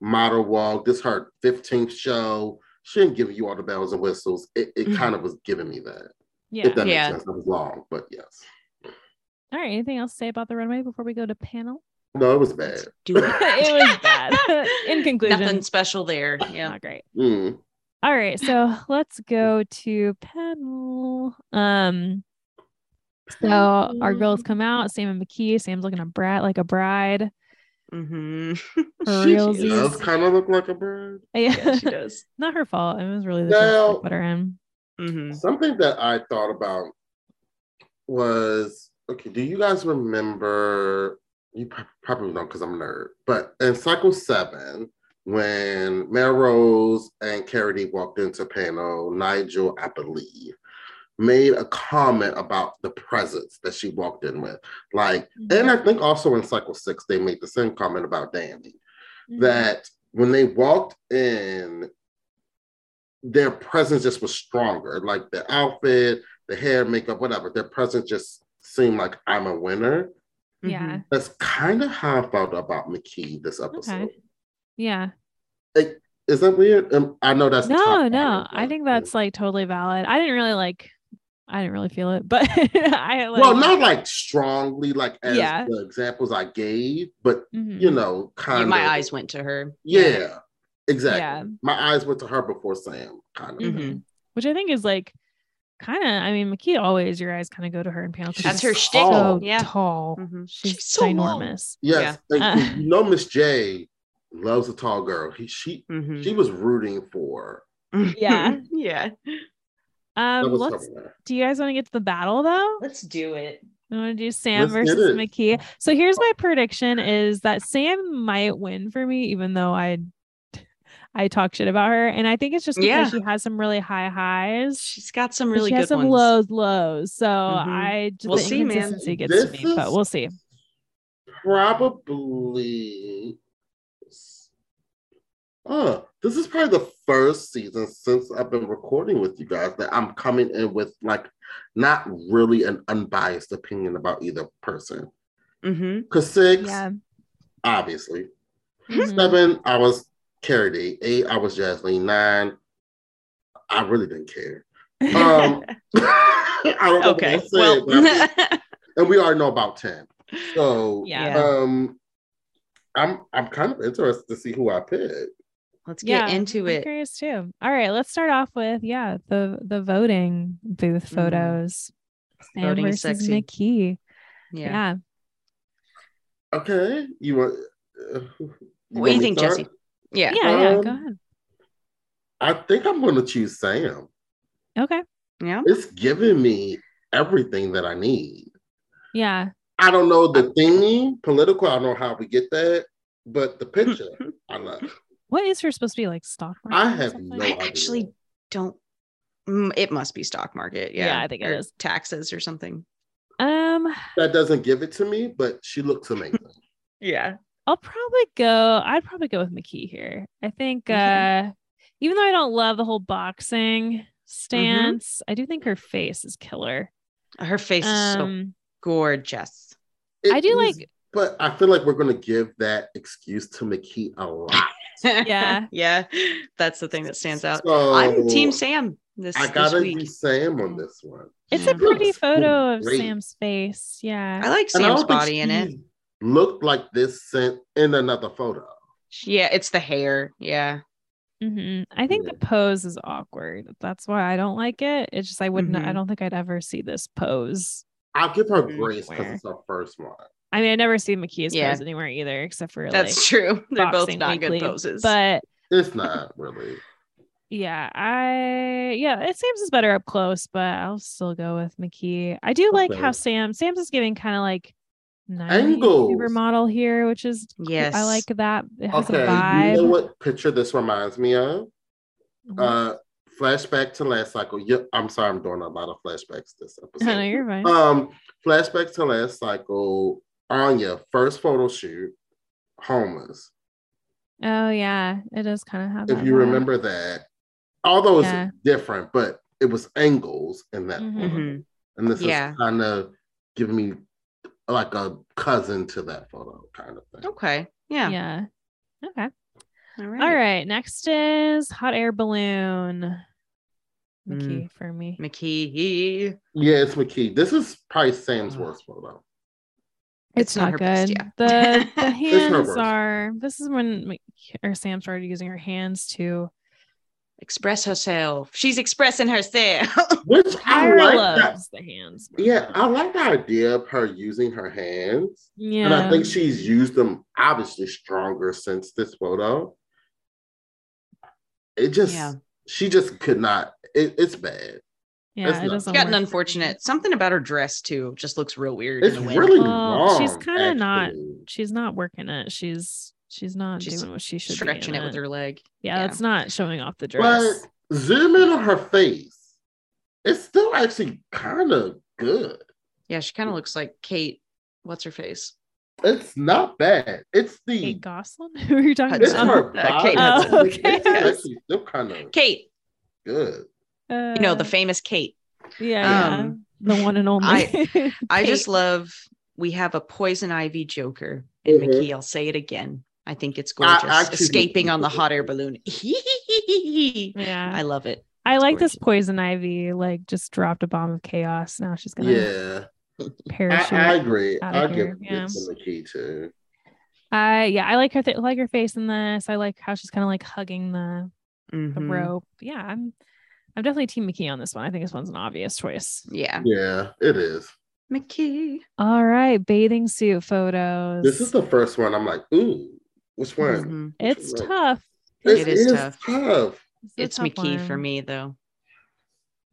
model walk. This her fifteenth show. She didn't give you all the bells and whistles. It, it
Mhm.
kind of was giving me that.
Yeah.
If that
Yeah.
makes sense, that was long, but yes.
All right. Anything else to say about the runway before we go to panel?
No, it was
Let's
bad.
do Uh, it.
It was bad. In conclusion.
nothing special there yeah
Not great.
Mm.
All right, so let's
Mm.
go to panel. Um, so our girls come out. Sam and McKee. Sam's looking a brat like a bride.
hmm
Mm-hmm. For
She
realsies.
Does kind of look like a bird.
yeah
Yeah,
she does
not her fault. It was really the
Now-
girls that put her in. Mm-hmm.
hmm
Something that I thought about was okay, do you guys remember? You prob- probably don't because I'm a nerd, but in cycle seven, when Melrose and Carity walked into panel, Nigel, I believe, made a comment about the presence that she walked in with. Like, and I think also in cycle six, they made the same comment about Danny
Mm-hmm.
that when they walked in, their presence just was stronger. Like the outfit, the hair, makeup, whatever. Their presence just seemed like I'm a winner.
yeah,
Mm-hmm.
That's kind of how I felt about McKee this episode.
yeah,
It, Is that weird? Um, I know that's
no,
top
no.
priority,
I
but-
think that's like totally valid. I didn't really like. I didn't really feel it, but I like.
well, not like strongly, like as
Yeah.
the examples I gave, but
Mhm.
you know, kind
Yeah,
of.
my eyes went to her.
Yeah, exactly.
Yeah. Mm-hmm.
My eyes went to her before Sam, kind of.
Mhm.
which I think is like kind of. I mean, Makita always your eyes kind of go to her in panels. 'cause
That's
she's
her shtick.
So
Yeah.
tall.
Mhm.
Mm-hmm. She's,
She's so long.
ginormous.
Yes, and
Uh.
you know, Miss J loves a tall girl. He, she,
Mhm.
Mm-hmm.
she was rooting for.
Yeah.
yeah.
That
Um,
was
let's.
her.
Do you guys want to get to the battle though?
Let's do it.
I want to do Sam
Let's get
versus
it.
McKee. So here's my prediction: is that Sam might win for me, even though I, I talk shit about her, and I think it's just because
Yeah.
she has some really high highs.
She's got some
but
really
she
good
has some
ones.
lows, lows. So
Mhm.
I just
We'll
the
see, man.
inconsistency gets to
This
me, but
is-
we'll see.
Probably. Uh, this is probably the first season since I've been recording with you guys that I'm coming in with like not really an unbiased opinion about either person.
Mhm.
Cause six,
Yeah.
obviously.
Mhm.
Mm-hmm.
Seven, I was Carrie D. Eight, I was Jasmine. Nine, I really didn't care. Um, I don't know
okay.
what I said,
Well,
but I was- and we already know about ten. So
Yeah.
um, I'm I'm kind of interested to see who I pick.
let's get
Yeah,
into
I'm
it.
curious too. All right, let's start off with yeah the the voting booth
Mm.
photos. Sam
Voting is
versus
sexy.
McKee.
Yeah.
Yeah.
Okay, you want? Uh, you
What
want
do you
me
think,
to start?
Jesse?
Yeah.
Yeah.
Yeah. go
Um,
ahead.
I think I'm going to choose Sam.
Okay.
Yeah.
It's giving me everything that I need.
Yeah.
I don't know the theme, political. I don't know how we get that, but the picture, I love. it.
What is her supposed to be like stock market?
I
or
have
something?
no
I
idea.
actually don't. Mm, It must be stock market. Yeah.
Yeah, I think it
or
is.
Taxes or something.
Um,
That doesn't give it to me, but she looks amazing.
Yeah.
I'll probably go. I'd probably go with McKee here. I think,
Okay. Mm-hmm.
uh, even though I don't love the whole boxing stance, I do think her face is killer.
Her face is so
Um,
gorgeous.
It
I do
is,
like-
but I feel like we're going to give that excuse to McKee a lot.
Yeah.
yeah. That's the thing that Ah, stands out.
So,
I'm Team Sam this,
I
this
gotta
week.
be Sam on this one.
it's
Yeah.
a pretty
Looks
photo of
great.
Sam's face.
I
Yeah.
like
And
Sam's
I don't think
body in it.
she Looked like this sent in another photo.
Yeah, it's the hair. Yeah.
hmm I think the pose is awkward. That's why I don't like it. It's just I wouldn't. I
Mhm.
don't think I'd ever see this pose.
I'll give her
Mhm.
grace because
Where?
it's her first one.
I mean, I never see McKee's
Yeah.
pose anywhere either, except for like
That's true. They're both
Boxing
not
Weekly,
good poses.
But
It's not really.
yeah, I yeah, it Sam's is better up close, but I'll still go with McKee. I do like how
Okay.
Sam Sam's is giving kind of like 90s
Angles.
supermodel here, which is
yes.
I like that. It has
Okay,
a vibe.
you know what picture this reminds me of?
Mm-hmm.
Uh, flashback to last cycle. Yep, I'm sorry, I'm doing a lot of flashbacks this
no,
episode.
you're fine.
um, flashback to last cycle. Anya first photo shoot, homeless.
oh yeah, it does kind of have.
if
that
you
vibe.
remember that. Although it's
Yeah.
different, but it was angles in that
Mhm.
photo.
Mhm.
And this
Yeah.
is kind of giving me like a cousin to that photo kind of thing.
Okay.
yeah.
Yeah.
Okay.
All right.
All right. Next is hot air balloon.
Hmm.
McKee for me.
McKee.
Yeah, it's McKee. This is probably Sam's
Oh.
Ugh.
worst photo.
It's,
It's
not,
not her best,
good.
yeah.
The the
It's her
hands
worst.
are. This is when Mc- or Sam started using her hands to.
Express herself. She's expressing herself.
Which I
Tyra
like that.
loves the hands. more
Yeah,
than-
I like the idea of her using her hands.
yeah.
And I think she's used them obviously stronger since this photo. It just
Yeah.
she just could not. It, it's bad. it's
yeah, it
not-
doesn't.
She
work
got an
for me.
unfortunate. Something about her dress too just looks real weird.
It's
in the wind.
really
Well,
wrong.
Oh, she's kinda not-
actually.
She's not working it. She's she's not
She's
doing what she should
stretching
be
it
in
with her leg.
Yeah,
yeah.
that's not showing off the
But
dress.
zoom in on her face. It's still actually kind of good.
Yeah, she kind of looks like Kate. What's her face?
It's not bad. It's
Kate
the
Gosselin, who are you talking
it's
Hudson.
about?
her
Uh, Kate
body.
Hudson. Oh, okay.
It's actually still kind of
Kate.
good.
Uh,
You know the famous Kate.
yeah,
um,
yeah, the one and only.
I- I just
Kate.
love. We have a poison ivy Joker and
Mhm.
McKee. I'll say it again. I think it's
I- I
gorgeous.
actually-
Escaping on the hot air balloon.
Yeah.
I love it.
I
It's
like this
gorgeous.
poison ivy, like just dropped a bomb of chaos. Now she's gonna
yeah, I,
parachute.
I agree.
Outta
I
here,
give
yeah.
Gibson the key too.
I yeah, I like her th- like her face in this. I like how she's kind of like hugging the the
Mm-hmm.
Mhm.
rope. Yeah, I'm I'm definitely Team McKee on this one. I think this one's an obvious choice.
Yeah.
Yeah, it is.
McKee.
All right, bathing suit photos.
This is the first one. I'm like, ooh, which one?
Mhm.
Which
it's
one?
tough.
It is tough.
This is a
It's
tough
McKee for
one.
me though.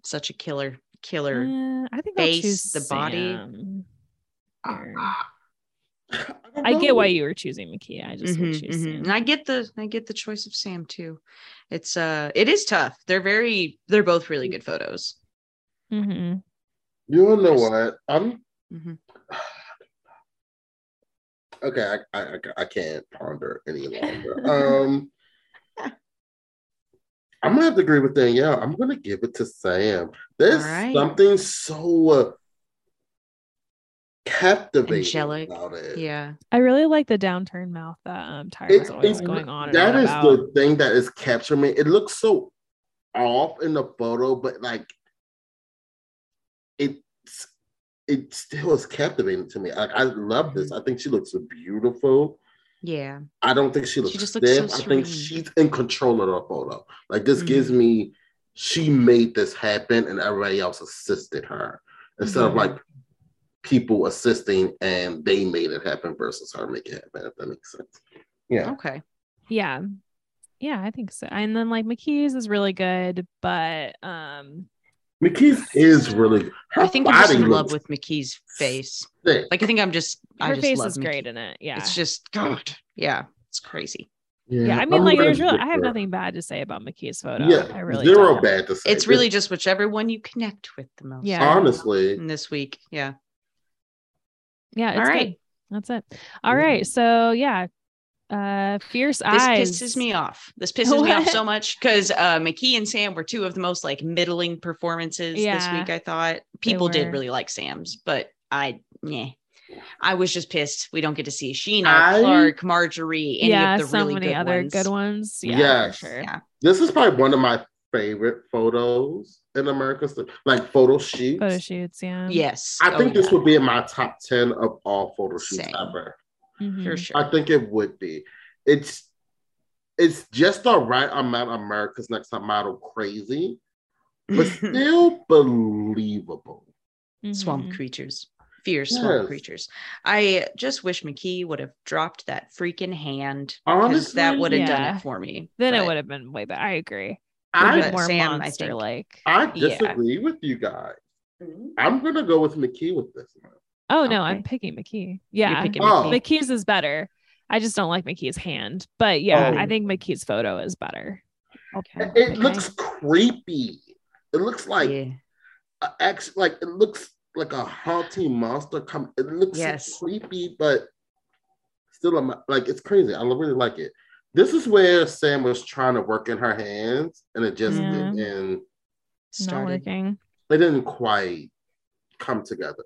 Such a killer, killer.
Uh, I think I'll
Face,
choose
the body.
Sam.
Ah,
Here.
don't
I get why
know.
you were choosing McKee. I just would
Mhm,
choose
mhm. And
Sam.
I get the I get the choice of Sam too. It's uh it is tough. They're very they're both really good photos.
Mhm.
You know what? I'm
Mhm.
okay. I, I I- I can't ponder any longer. Um, I'm gonna have to agree with Danielle. I'm gonna give it to Sam. There's
All right.
something so uh, captivating
Angelic.
about it.
Yeah.
I really like the downturn mouth that um
It-
Tyra's always
it-
going on.
that
and
is
on about.
the thing that is capturing me. It looks so off in the photo, but like it's it still is captivating to me. Like I love this. I think she looks beautiful.
Yeah.
I don't think she looks
just looks
stiff.
so
I think
serene.
she's in control of the photo. Like this
Mhm.
gives me she made this happen and everybody else assisted her instead
Mhm.
of like people assisting and they made it happen versus her making it happen, if that makes sense. Yeah.
Okay.
Yeah. Yeah, I think so. And then like McKee's is really good, but um
McKee's is really her
I think I'm just
body
in love
looks
with McKee's face.
thick.
Like I think I'm just I
her
just
face
love
is great
McKee.
in it. Yeah.
It's just God. Yeah. It's crazy.
yeah, I mean
I'm
like
gonna
there's really
give
I have
her-
nothing bad to say about McKee's photo.
Yeah,
I really
0
don't.
bad to say.
It's really just whichever one you connect with the most.
Yeah. Mm.
honestly.
And this week. Yeah.
Yeah, it's
All right.
good. That's it. All
Yeah.
right. So yeah. Uh fierce
This
eyes.
pisses me off. This pisses me off
What?
so much because uh, McKee and Sam were two of the most like middling performances this
Yeah.
week. I thought people did
were.
really like Sam's, but I yeah, I was just pissed. We don't get to see Sheena,
I-
Clark, Marjorie, any
yeah,
of the
so
really
many
good
other
ones.
good ones. Yeah,
Yes.
for sure.
Yeah.
This is probably one of my favorite photos in America, so- like photo shoots.
Photo shoots, yeah.
Yes,
I
Oh,
think this
yeah,
would be in my top ten of all photo shoots
Same.
ever.
Mhm.
for sure.
I think it would be. It's it's just the right amount of America's Next Top Model crazy, but still believable.
swamp
Mhm.
creatures fierce swamp
Yes.
creatures i just wish mckee would have dropped that freaking hand because
Honestly,
that would have done
Yeah.
it for me
Then it
But
would have been way better. I agree. Would have
I
been more
Sam, I
monster
think-
like.
I
Yeah.
disagree with you guys.
Mm-hmm.
I'm gonna go with McKee with this one.
Oh no, I'm
Okay.
picking McKee. Yeah,
you're picking
Oh.
McKee.
McKee's is better. I just don't like McKee's hand, but yeah,
Oh.
I think McKee's photo is better.
Okay.
It, it
Okay.
looks creepy. It looks like
yeah.
a ex, like it looks like a haunting monster. Come, it looks
Yes.
creepy, but still, am- like it's crazy. I really like it. This is where Sam was trying to work in her hands, and it just
Yeah.
didn't. And
Not
started
working.
they didn't quite come together.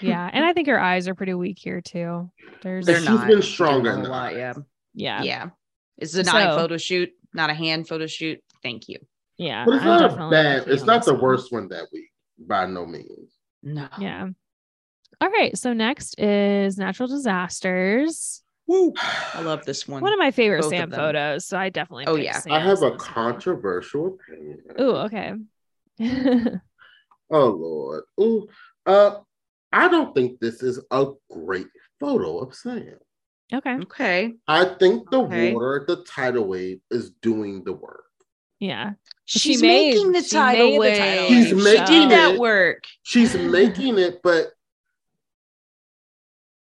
Yeah, and I think her eyes are pretty weak here too. There's
They're
She's
not
been
doing
stronger
a whole
than
lot,
I.
yeah
yeah,
yeah,
yeah.
it's a not a
So-
photo shoot not a hand photo shoot thank you
But it's
I'm
not a
definitely
bad.
McKee
It's
on
not
this
the
one.
worst one that week by no means.
no
Yeah. All right. So next is natural disasters.
Woo. i love this one
One of my favorite
Both of
Sam
them.
photos. So I definitely.
Oh,
picked
yeah. I
Sam's
I have a
this one.
controversial opinion.
Ooh, okay.
Oh Lord. Ooh. Uh I don't think this is a great photo of Sam.
okay.
okay
I think the
Okay.
water, the tidal wave is doing the work.
Yeah. She
she's
made-
making the
she made
title
the
way
tidal
She's
she
wave. making
did that
it.
work
She's making it, but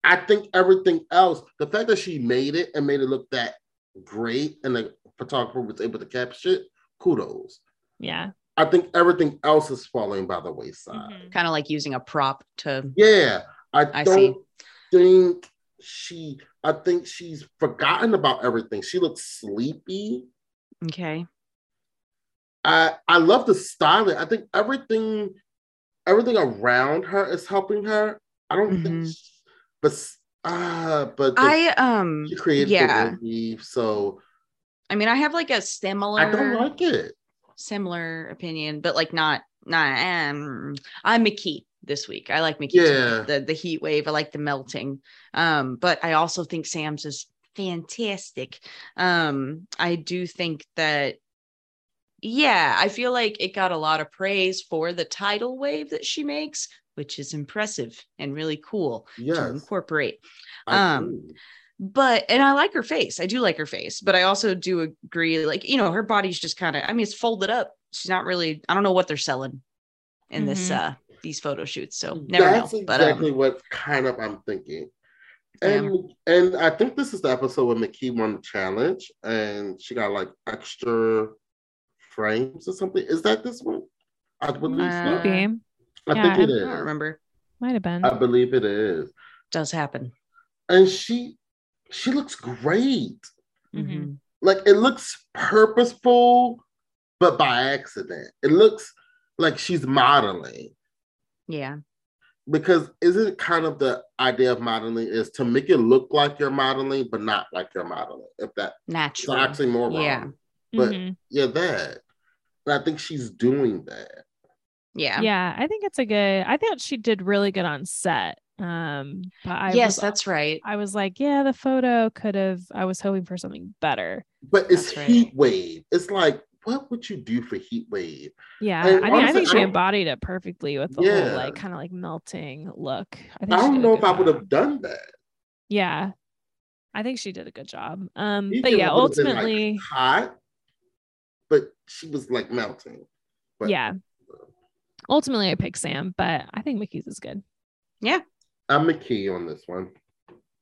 I think everything else, the fact that she made it and made it look that great and the photographer was able to capture it, kudos.
Yeah.
I think everything else is falling by the wayside.
Mhm.
kind of like using a prop to
Yeah, I,
I
don't
see.
think she. I think she's forgotten about everything. She looks sleepy.
okay
I I love the styling. I think everything, everything around her is helping her. I don't think,
Mhm.
she- but s- Ah, but the,
I um
she created
yeah.
the movie, so
I mean I have like a similar
I don't like it.
similar opinion, but like not not um I'm McKee this week. I like McKee.
Yeah.
The the heat wave. I like the melting. Um, but I also think Sam's is fantastic. Um, I do think that yeah, I feel like it got a lot of praise for the tidal wave that she makes, which is impressive and really cool to
Yes,
incorporate
I
um,
do.
but and I like her face. I do like her face, but I also do agree. Like you know, her body's just kind of. I mean, it's folded up. She's not really. I don't know what they're selling in this
Mhm.
uh these photo shoots.
Mm-hmm.
So never
That's
know. But
exactly
um,
what kind of I'm thinking. And and I think this is the episode where McKee won the challenge and she got like extra frames or something. Is that this one? I believe so.
Uh,
Maybe.
I
yeah,
think it
I
is.
don't remember.
Might have been.
I believe it is.
Does happen.
And she she looks great.
Mhm.
Mm-hmm.
Like it looks purposeful, but by accident. It looks like she's modeling.
Yeah.
Because isn't kind of the idea of modeling is to make it look like you're modeling, but not like you're modeling, if that It's
Natural.
an oxymoron.
Yeah.
But
Mhm.
yeah, that. And I think she's doing that.
Yeah.
yeah. I think it's a good. I thought she did really good on set. Um, but I
yes,
was,
that's right.
I was like, yeah, the photo could have. I was hoping for something better.
But it's
That's right.
heat wave. It's like, what would you do for heat wave?
Yeah,
And
I mean, I
honestly,
think
I
she
don't-
embodied it perfectly with the
Yeah.
whole like kind of like melting look. I, think
I
she
don't
did a
know if
good
I would
job.
have done that.
Yeah, I think she did a good job. Um,
Either
but yeah,
it would've been, like,
ultimately,
hot, but she was like melting. but-
yeah, ultimately, I picked Sam, but I think Mickey's is good.
I'm McKee on this one.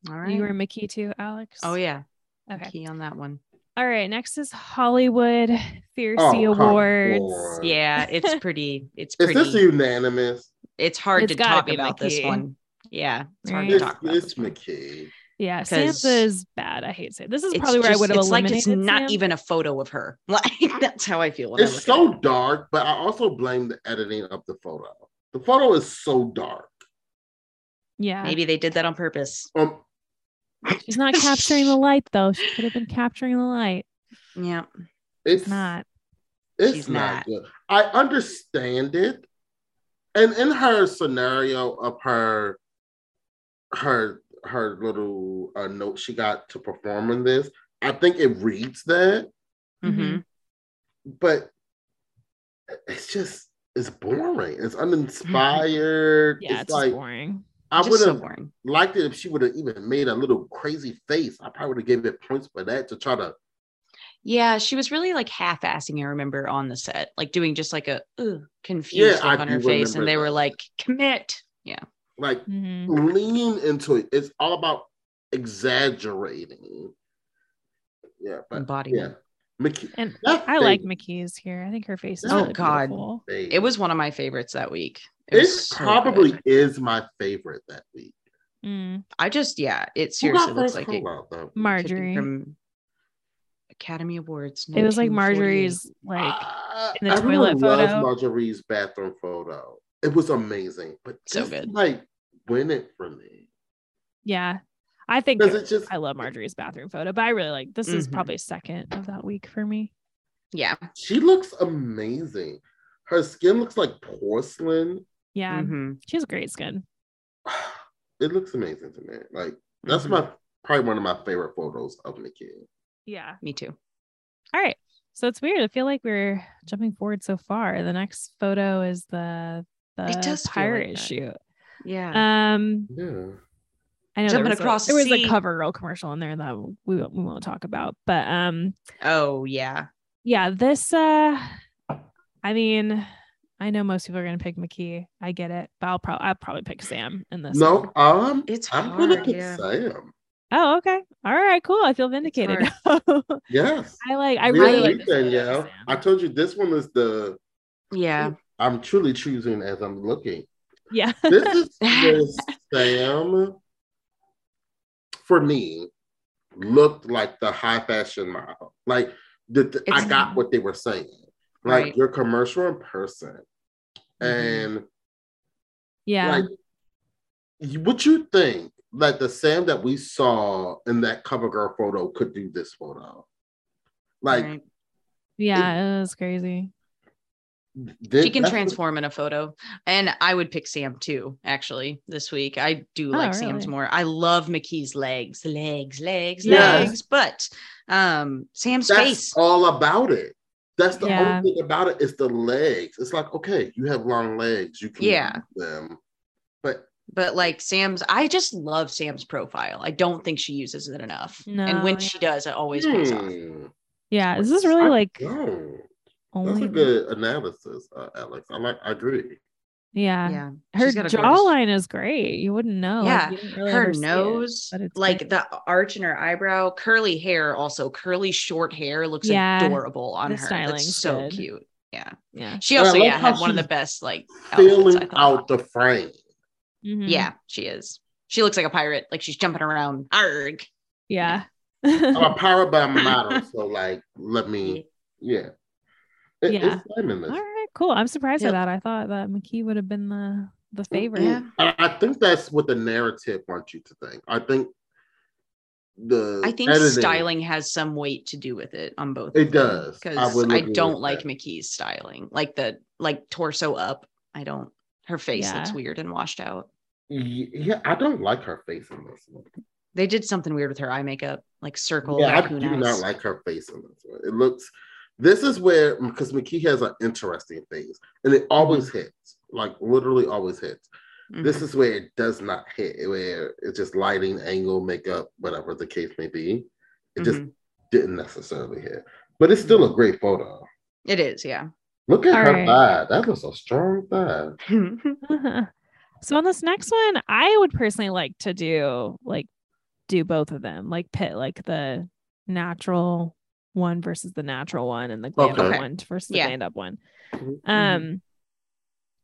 All right.
You were Mickey too, Alex.
oh yeah.
Okay.
Key on that one.
All right. Next is Hollywood Fiercy
Oh, come
Awards.
on.
Yeah. It's pretty. It's
Is
pretty.
this unanimous?
it's hard
It's
to
gotta
talk
be
about this
McKee.
one. Yeah. It's hard to
Right.
It's,
talk about
it's
this one.
McKee.
Yeah,
'Cause-
Sam's is bad. I hate Sam. This is
It's
probably where I
just-
would have
It's like
eliminated
it's not
Sam.
even a photo of her. Like that's how I feel. When I
It's
look at
so
it.
dark, but I also blame the editing of the photo. The photo is so dark.
Yeah,
Maybe they did that on purpose.
Um,
she's not capturing the light though. She could have been capturing the light.
Yeah.
it's,
It's not.
It's
She's
not good. I understand it. And in her scenario of her her her little uh, note she got to perform in this, I think it reads that,
Mm-hmm.
Mhm.
but it's just it's boring. It's uninspired.
Yeah, it's,
it's
just
like
boring.
I
Just
would
so
have
boring.
liked it if she would have even made a little crazy face. I probably would have gave it points for that to try to
Yeah, she was really like half-assing. I remember on the set, like doing just like a "Ugh," confused
Yeah,
look
I
on
do
her face, and
remember
they were
that.
like, "Commit." Yeah.
like
Mhm.
lean into it. It's all about exaggerating. Yeah, but yeah,
Embodiment.
McKee,
And
that
I like
face,
McKee's here. I think her face is
Oh,
really
God.
beautiful.
babe.
It was one of my favorites that week.
It
was so good.
probably is my favorite that week.
Mm.
I just yeah. It
Who got
seriously looks
first
like it.
call out, though?
could be
Marjorie.
from Academy Awards.
It was like
1948.
Marjorie's like
Ah,
in the
everyone
toilet
loves
photo.
Marjorie's bathroom photo. It was amazing, but
So
just,
good.
Like win it for me.
yeah. I think
Does it just?
I love Marjorie's bathroom photo, but I really like this is
Mhm.
probably second of that week for me.
Yeah.
She looks amazing. Her skin looks like porcelain.
Yeah.
Mhm.
She has great skin.
It looks amazing to me. Like That's
Mhm.
my probably one of my favorite photos of Nikki.
Yeah.
Me too.
All right. So it's weird. I feel like we're jumping forward so far. The next photo is the the
It does feel
pirate
like that.
shoot.
Yeah.
Um,
Yeah.
I know there
Jumping
was
across
a,
the
there was a
sea.
cover girl commercial in there that we won't- we won't talk about, but um,
oh yeah.
yeah, this uh, I mean, I know most people are gonna pick McKee. I get it, but I'll probably I'll probably pick Sam in this. one.
No, um,
It's
I'm gonna
hard,
pick
yeah.
Sam.
Oh, okay. All right. Cool. I feel vindicated. I
Yes.
like. I really
Really,
like. This photo,
Danielle.
Sam.
I told you this one is the
Yeah.
I'm truly choosing as I'm looking.
yeah.
This is the Sam for me looked like the high fashion model. Like the, the- I
It's-
got what they were saying. Like
Right.
your commercial in person.
Mhm.
And
yeah.
Like, you- what you think like the Sam that we saw in that cover girl photo could do this photo. Like
Right.
Yeah, it was crazy.
thi-
she can
that's the-
transform in a photo. And I would pick Sam too, actually, this week. I do
Oh,
like Sam's
really?
more. I love McKee's legs, legs, legs,
Yeah.
legs. But um Sam's
That's
face.
all about it. That's the
Yeah.
only thing about it is the legs. It's like, okay, you have long legs, you can
Yeah.
use them. But
But like Sam's, I just love Sam's profile. I don't think she uses it enough. and
No,
when
yeah.
she does, it always pays off.
Hmm.
Yeah, this is really
I
like oh
don't. That's
only.
a good analysis, uh, Alex. I like. I agree.
yeah.
Yeah.
her
She's got a gorgeous-
jawline is great. You wouldn't know. like,
Yeah,
you didn't really
her
ever see it,
nose,
but it's
like
great.
the arch in her eyebrow, curly hair, also curly short hair looks
Yeah.
adorable on
The
her. That's
styling's
so
good.
cute. Yeah.
Yeah.
She
And I
also
love
yeah,
how
had one of the
she's
best like outfits, I
Filling
thought.
out the frame.
Mhm.
Yeah, she is. She looks like a pirate, like she's jumping around. Arg.
Yeah.
I'm a pirate, but I'm a model. So, like, let me. Yeah. It-
Yeah.
It's time in this.
All right, cool. I'm surprised
Yeah.
at that. I thought that McKee would have been the the
Mm,
favorite.
Yeah.
I, Mm-hmm. I think that's what the narrative wants you to think. I think the
I think
editing-
styling has some weight to do with it on both.
It does. I
Because
would
I,
agree
don't
with
like
that.
McKee's styling. Like the like torso up. I don't her face looks
Yeah.
weird and washed out.
Ye- Yeah, I don't like her face in this one.
They did something weird with her eye makeup, like circle
yeah, I do
raccoon
not
eyes.
like her face in this one. It looks. This is where because McKee has an interesting face, and it always hits. Like literally, always hits.
Mhm.
This is where it does not hit, where it's just lighting, angle, makeup, whatever the case may be. It just
Mhm.
didn't necessarily hit. But it's still a great photo.
it is, yeah.
Look at
All
her
right.
thigh. That was a strong thigh.
so on this next one, I would personally like to do like do both of them, like pit like the natural one versus the natural one and the glammed up
Okay.
one versus
Yeah. Mm-hmm.
the glammed up one.
Mhm.
Um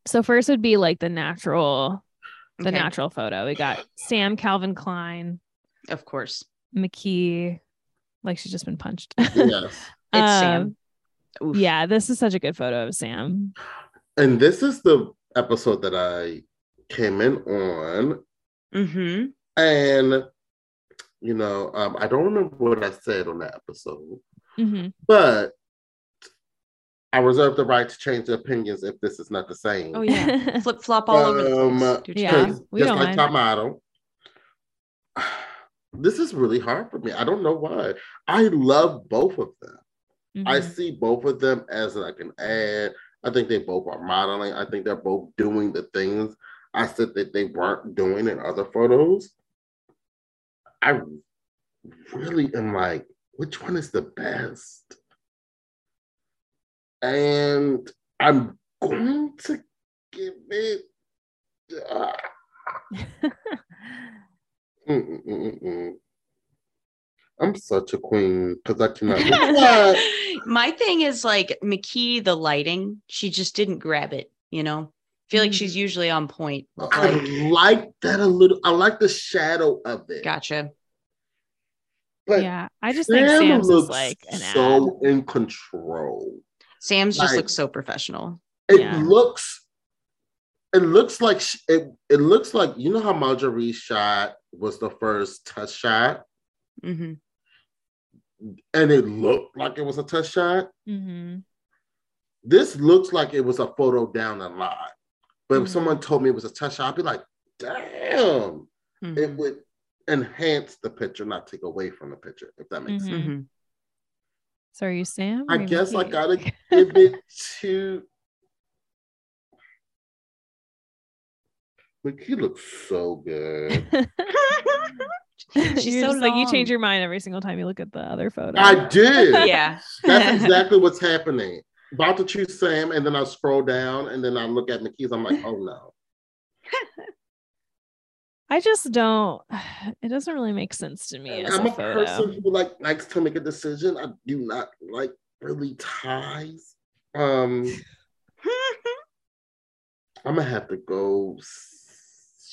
so first would be like the natural the
Okay,
natural photo. We got Sam Calvin Klein,
Of course.
McKee, like she's just been punched.
Yes.
It's
Um,
Sam. Oof.
Yeah, this is such a good photo of Sam.
And this is the episode that I came in on.
Um,
Mm-hmm.
And, you know, um, I don't remember what I said on that episode,
Mhm.
but I reserve the right to change the opinions if this is not the same.
Oh yeah. Flip flop all over
Um,
the place. Dude,
yeah.
Charlie.
'Cause
we
just
don't
like
mind.
Tom Otto, this is really hard for me. I don't know why. I love both of them. I
Mhm.
see both of them as like an ad. I think they both are modeling. I think they're both doing the things I said that they weren't doing in other photos. I really am like, which one is the best? And I'm going to give it. ah, mm, mm, mm, mm, mm. I'm such a queen because I cannot.
My thing is like McKee, the lighting, she just didn't grab it, you know? I feel like she's usually on point. with,
I
Like,
like that a little. I like the shadow of it.
gotcha.
but
yeah, I just think Sam's is like an ad.
so in control.
Sam's just
Like-
looks so professional.
It
Yeah.
looks, it looks like sh- it. It looks like you know how Marjorie's shot was the first touch shot,
hmm
and it looked like it was a touch shot.
hmm
This looks like it was a photo down the line. But
Mhm.
if someone told me it was a touch shot, I'd be like, damn,
Mm-hmm.
it would enhance the picture, not take away from the picture. If that makes sense.
Mhm.
mm-hmm.
So are you Sam?
I
or you
guess I
Mickey?
gotta give it to. Like he looks so good.
She's
You're
so
just like you change
long.
your mind every single time you look at the other photo.
I did.
yeah.
That's exactly what's happening. About to choose Sam, and then I scroll down, and then I look at McKee's. I'm like, oh no.
I just don't. It doesn't really make sense to me
And
as
I'm
a
a person
photo.
who like likes to make a decision. I do not like really ties. Um, I'm gonna have to go. s-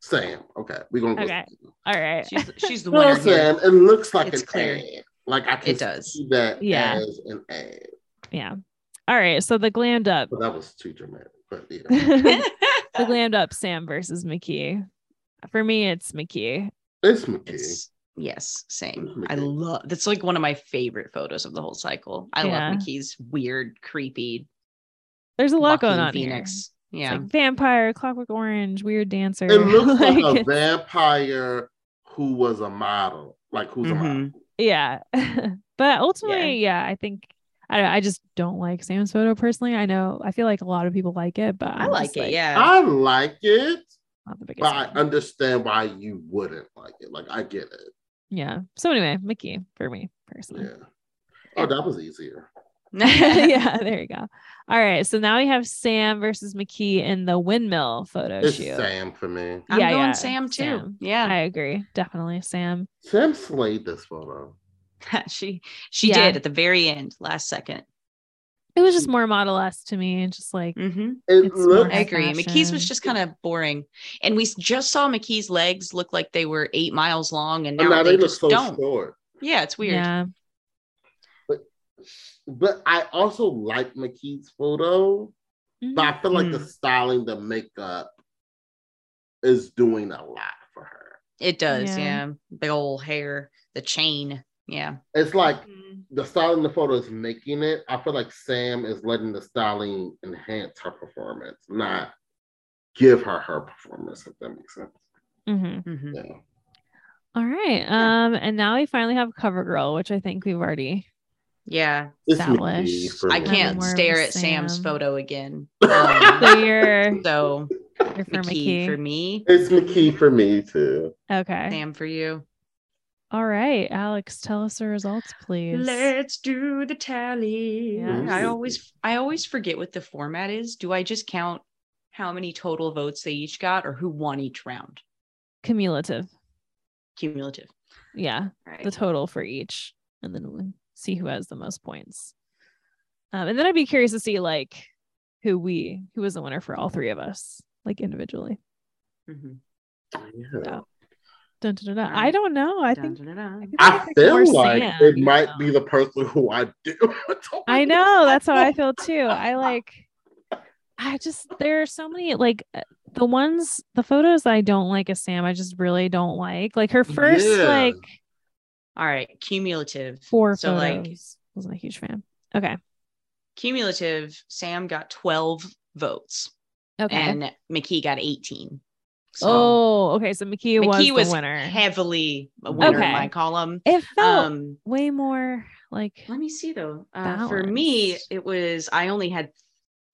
Sam. Okay, we're gonna go.
Okay.
Sam.
All right.
she's, she's the
You know what
winner.
I'm
here.
saying? It looks like
It's
an
clear.
ad. Like I can
It does.
see that
Yeah.
as an ad.
Yeah. All right. So the glammed up.
But that was too dramatic. But yeah.
the
Uh,
the glammed up Sam versus McKee. For me, it's McKee.
It's McKee.
It's yes, same.
Ooh,
I
McKee.
love that's like one of my favorite photos of the whole cycle. I
Yeah.
love McKee's weird, creepy.
There's a lot
Joaquin
going on
Phoenix.
here.
Yeah,
It's like vampire, Clockwork Orange, weird dancer.
It looks like, a
Like,
vampire who was a model, like who's a model.
Mm-hmm.
yeah. but ultimately, yeah. I think I don't. I just don't like Sam's photo personally. I know. I feel like a lot of people like it, but
I
I'm
like
just,
it. yeah,
I like it,
Not the biggest.
but I
fan.
understand why you wouldn't like it. Like I get it.
yeah. So anyway, Mickey for me
Mm-hmm.
personally.
Yeah. Oh, that was easier.
yeah, there you go. All right, so now we have Sam versus McKee in the windmill photo
It's
shoot.
Sam for me.
I'm
Yeah,
going
yeah,
Sam too.
Sam.
Yeah,
I agree, definitely Sam.
Sam slayed this photo.
she she
Yeah.
did at the very end, last second.
It was
Mm.
just more Model S to me, and just like
Mm-hmm.
It
It's
looks
I agree.
fashion.
McKee's was just kind of boring, and we s- just saw McKee's legs look like they were eight miles long, and now,
Oh, now, they,
they,
look
just
so
don't.
short.
Yeah, it's weird.
yeah,
But I also like McKee's photo, but
Mhm.
I feel like the styling, the makeup is doing a lot for her.
It does.
Yeah.
Yeah. big old hair, the chain. Yeah,
It's like the styling the photo is making it. I feel like Sam is letting the styling enhance her performance, not give her her performance, if that makes sense.
Mhm.
Mhm.
Yeah.
All right,
Yeah.
um, and now we finally have CoverGirl, which I think we've already.
yeah.
It's
Established.
McKee for
I
me.
Nothing
can't
more
stare
with
at Sam's
Sam.
photo again.
So
Um,
you're,
so
you're for
McKee
McKee.
for me,
It's McKee for me too.
okay.
Sam for you.
All right, Alex, tell us the results, please.
Let's do the tally.
Yes.
I always I always forget what the format is. Do I just count how many total votes they each got or who won each round?
Cumulative,
Cumulative.
yeah.
Right.
the total for each and then we'll see who has the most points um, and then i'd be curious to see like who we who was the winner for all three of us like individually
Mhm.
Yeah.
dun, dun, dun, dun. i
Alright.
don't know i
Dun,
think
dun, dun, dun.
I
think
feel
more
like
Sam,
it
you
might
know.
be the person who I do.
i know that's how i feel too i like i just there are so many like uh, the ones the photos i don't like as sam i just really don't like like her first
Yeah.
like
All right, cumulative.
four
So,
photos
like-
wasn't a huge fan okay
Cumulative, Sam got 12 votes
okay
and McKee got 18. So
oh okay so mckee, was,
McKee
the
was
winner
heavily a winner
Okay.
in my column.
it felt
Um,
way more like
let me see though. Uh, for me,
Balanced.
it was I only had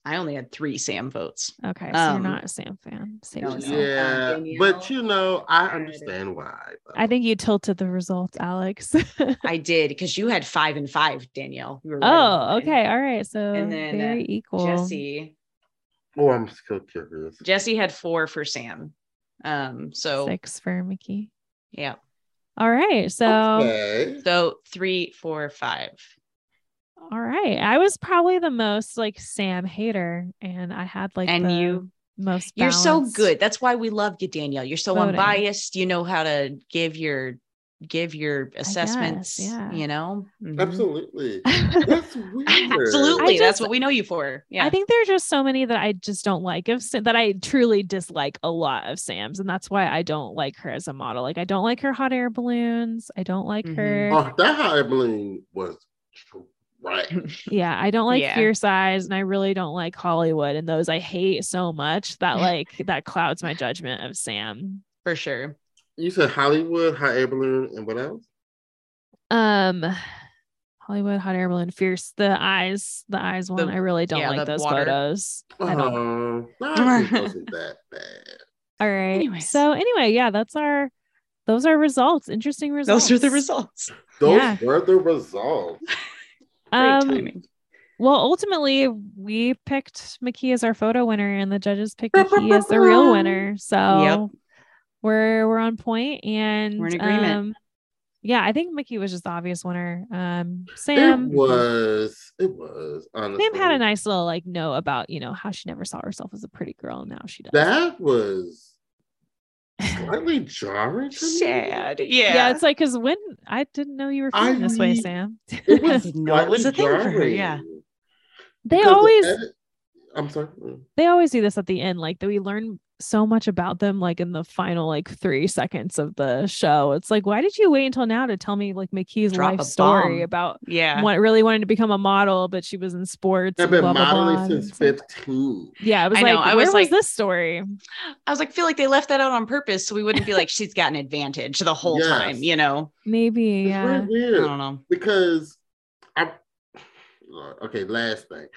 I only had three Sam votes.
okay so
um,
you're not a sam fan Save
no,
yourself.
Yeah,
Um, Danielle.
but you know, I understand why. though.
i think you tilted the results alex
I did because you had five and five, Danielle. You were right
oh
on mine.
okay all right so
And then,
very
uh,
equal
Jesse.
Oh, I'm still curious.
Jesse had four for Sam. Um, so
six for mickey
yeah.
all right so
Okay.
So three, four, five.
all right i was probably the most like sam hater and i had like
and
the
you
most
you're so
balanced-
good. That's why we love you, Danielle. You're so
Voting.
unbiased. You know how to give your give your assessments,
yeah.
you know? Mhm.
Absolutely. That's weird.
Absolutely.
I
That's
just-
what we know you for. Yeah.
I think there are just so many that I just don't like of Sam- that I truly dislike a lot of Sam's, and that's why I don't like her as a model. Like I don't like her hot air balloons. I don't like
Mhm.
her.
Oh, that high balloon was right.
Yeah, I don't like
Yeah.
fierce eyes, and I really don't like Hollywood, and those I hate so much that like that clouds my judgment of Sam.
for sure.
You said Hollywood, high air balloon, and what else?
Um, Hollywood hot air balloon, fierce the eyes, the eyes one. I really don't
yeah,
like
the
those
water.
photos. I don't
Oh, that wasn't that bad.
All right.
Anyways.
So anyway, yeah, that's our those are results. Interesting results.
Those are the results.
Those
Yeah.
were the results.
Great
Um,
timing.
well, ultimately, we picked McKee as our photo winner, and the judges picked McKee as the real winner. So we're we're on point, and
We're in agreement.
Um, yeah, I think McKee was just the obvious winner. Um,
It
Sam
was. It was. Honestly,
Sam had a nice little like note about you know how she never saw herself as a pretty girl, and now she does.
That was slightly jarring. To me.
Sad. Yeah.
yeah. it's like because when I didn't know you were
I
feeling this way,
mean,
Sam.
It was
didn't know it was a
slightly
thing for her,
jarring.
yeah.
They
Because the
always
edit- I'm sorry.
They always do this at the end, like that we learn so much about them like in the final like three seconds of the show. It's like, why did you wait until now to tell me like McKee's
Drop
life
a
story
bomb.
about
Yeah.
what really wanted to become a model, but she was in sports.
I've
and
been
blah, blah,
modeling
blah.
since
It's like-
15.
Yeah, it was
I
like,
know, I
where was
was like-
this story?
I was like, feel like they left that out on purpose so we wouldn't be like, she's got an advantage the whole
Yes.
time, you know?
Maybe,
It's
yeah. Oh.
really
I
weird.
don't know.
because I Lord, okay, last thing.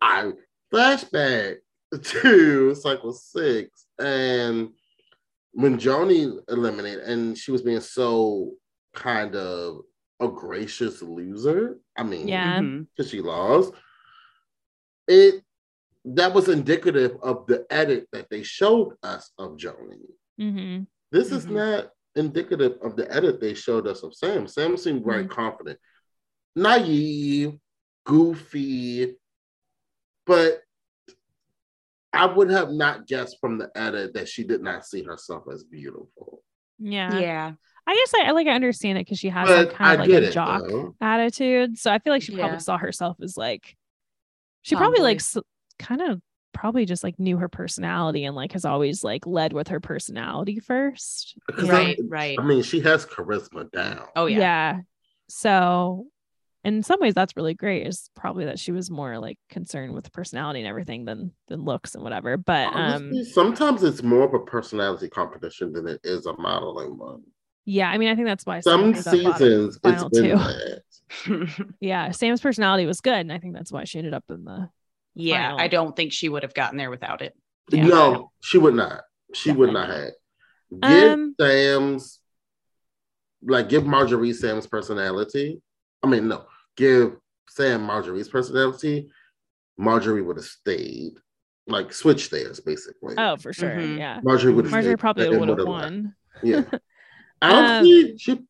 I flashback to cycle six and when Joni eliminated and she was being so kind of a gracious loser. I mean,
Yeah.
Mhm.
because she lost. It that was indicative of the edit that they showed us of Joni.
Mm-hmm.
This is
Mhm.
not indicative of the edit they showed us of Sam. Sam seemed very
Mm-hmm.
confident, naive, goofy, but I would have not guessed from the edit that she did not see herself as beautiful.
Yeah.
Yeah.
I guess I, I like I understand it because she has
But
like kind
I
of like
get
a
it,
jock
though.
attitude. So I feel like she
Yeah.
probably saw herself as like she probably
Tomboy.
like s- kind of probably just like knew her personality and like has always like led with her personality first.
Uh, 'Cause I-
Right, right.
I mean, she has charisma down.
Oh yeah.
So in some ways that's really great is probably that she was more like concerned with personality and everything than than looks and whatever. But
Oh,
um
Honestly, sometimes it's more of a personality competition than it is a modeling one.
yeah, I mean I think that's why
Some
Sam ended up bottom.
seasons it's
final
been
two.
that.
yeah, Sam's personality was good and I think that's why she ended up in the
yeah.
Final.
I don't think she would have gotten there without it.
Yeah.
No, she would not. She would not have. Give
Um,
Sam's, like, give Marjorie Sam's personality. I mean, no, give Sam Marjorie's personality. Marjorie would have stayed, like, switch theirs, basically.
Oh, for sure.
Mhm.
Yeah.
Marjorie would have.
Marjorie probably would have won. Um,
Yeah. Honestly, she.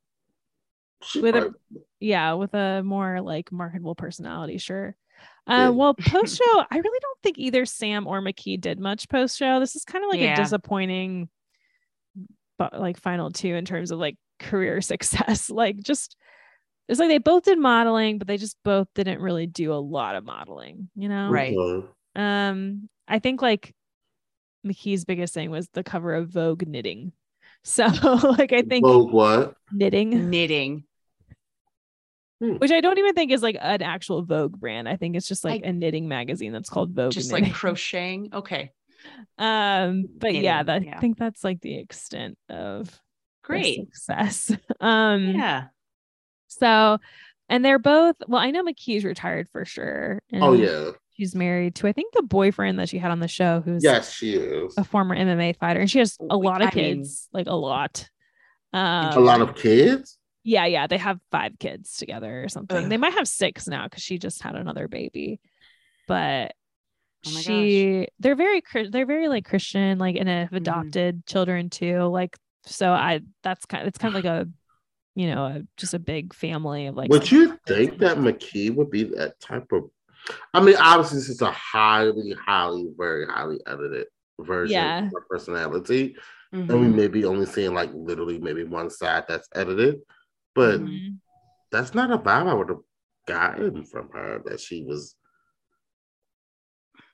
she
With a-
probably-
Yeah, with a more like marketable personality, sure.
Yeah.
Uh, well, post show, I really don't think either Sam or McKee did much post show. This is kind of like
Yeah.
a disappointing, but like final two in terms of like career success. Like, just it's like they both did modeling, but they just both didn't really do a lot of modeling, you know?
Right.
Okay.
Um, I think like McKee's biggest thing was the cover of Vogue knitting. So, like, I think
Vogue what?
knitting.
Knitting.
which I don't even think is like an actual Vogue brand. I think it's just like
I-
a knitting magazine that's called Vogue.
Just
Knitting.
like crocheting. Okay.
um, but yeah,
knitting,
that,
yeah.
I think that's like the extent of their
Great.
success. Um,
Yeah.
so, and they're both well. I know McKee's retired for sure. And
Oh, yeah.
she's married to I think the boyfriend that she had on the show, who's
Yes, she is.
a former MMA fighter, and she has a
Wh-
lot of
I mean-
kids, like a lot. Um,
A lot of kids?
yeah, yeah, they have five kids together or something. They
Ugh.
might have six now because she just had another baby. But
Oh my gosh.
she, they're very, Chri- they're very like Christian, like and have
Mhm.
adopted children too. Like so, I that's kind, it's kind of like a, you know, a, just a big family of like.
would
some-
you think that McKee would be that type of? I mean, obviously, this is a highly, highly, very highly edited version
Yeah.
of her personality,
Mm-hmm.
and we
Mhm.
may be only seeing like literally maybe one side that's edited, but
Mhm.
Mhm.
that's not a vibe I would have gotten from her that she was.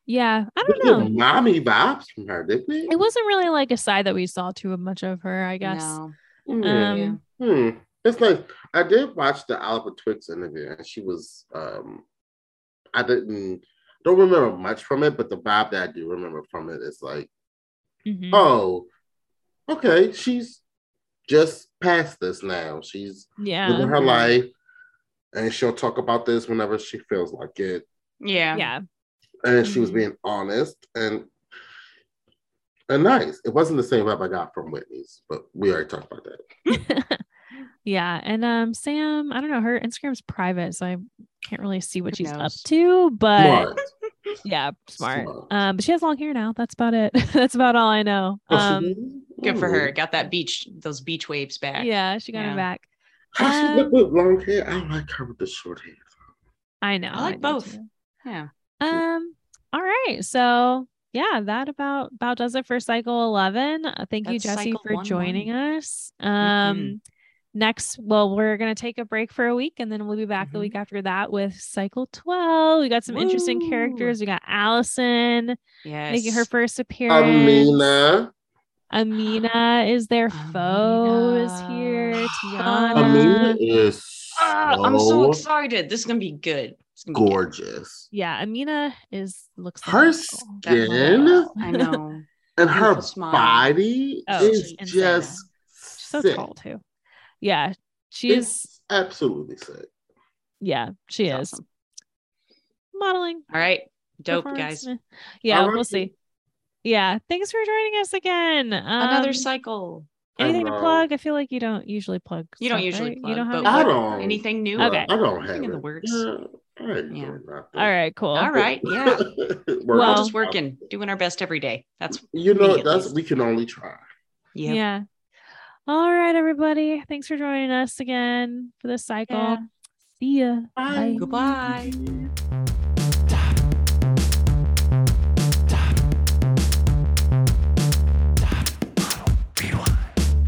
Yeah, I
We
don't
get
know.
mommy vibes from her, didn't we?
It wasn't really like a side that we saw too much of her. I guess.
No.
Hmm.
Um,
Yeah.
Hmm. It's nice. I did watch the Oliver Twix interview, and she was. um I didn't don't remember much from it, but the vibe that I do remember from it is like,
Mhm.
oh, okay, she's just past this now. She's living
Yeah.
her life, and she'll talk about this whenever she feels like it.
Yeah.
Yeah.
And she was
Mhm.
being honest and and nice. It wasn't the same vibe I got from Whitney's, but we already talked about that.
yeah and um sam i don't know her instagram's private so i can't really see what
Who
she's up
knows?
to but
Smart.
yeah smart.
Smart.
um but she has long hair now that's about it that's about all i know
Oh, she
um
did?
Good for
Ooh.
her. Got that beach, those beach waves back.
yeah she got
Yeah.
it back
How she
Um,
look with long hair? I like her with the short hair.
i know
I like
do
both.
too.
Yeah.
um all right so yeah that about about does it for cycle 11 Uh, thank you
That's
jesse
cycle
for
one,
joining us um next, well, we're going to take a break for a week and then we'll be back the
Mhm.
week after that with cycle 12. We got some interesting
Woo.
characters. We got Allison
Yes.
making her first appearance.
Amina.
Amina is their foe is
Amina.
here. Tiana.
Uh,
Amina is so,
Ah, I'm
Oh.
so excited. This is gonna be good. It's gonna be good.
gorgeous.
Yeah, Amina is looks like
Her
a girl.
That
skin
model. I know.
and her
Beautiful smile.
body
Oh,
is
she's insane.
just
She's so
sick.
tall too. Yeah, she is.
It's absolutely sick.
Yeah, she
It's
is
awesome.
modeling.
All right. Dope,
performance.
guys.
Eh. Yeah,
All
we'll
right.
see. Yeah, thanks for joining us again.
Another
Um,
cycle.
Anything to
Hello.
plug? I feel like you don't usually plug.
You don't
stuff,
usually
right?
plug.
You don't have. any-
but
I
what-
don't-
Anything new?
Okay.
I don't have
Something in the
it.
works.
Yeah, I ain't
Yeah.
doing nothing.
All right, cool.
All right. Yeah.
We're
Well-
We're just working, doing our best every day. That's
You
me,
know,
at
that's
least.
we can only try.
Yeah.
yeah.
All right, everybody. Thanks for joining us again for this cycle.
Yeah.
See ya.
Bye.
Goodbye.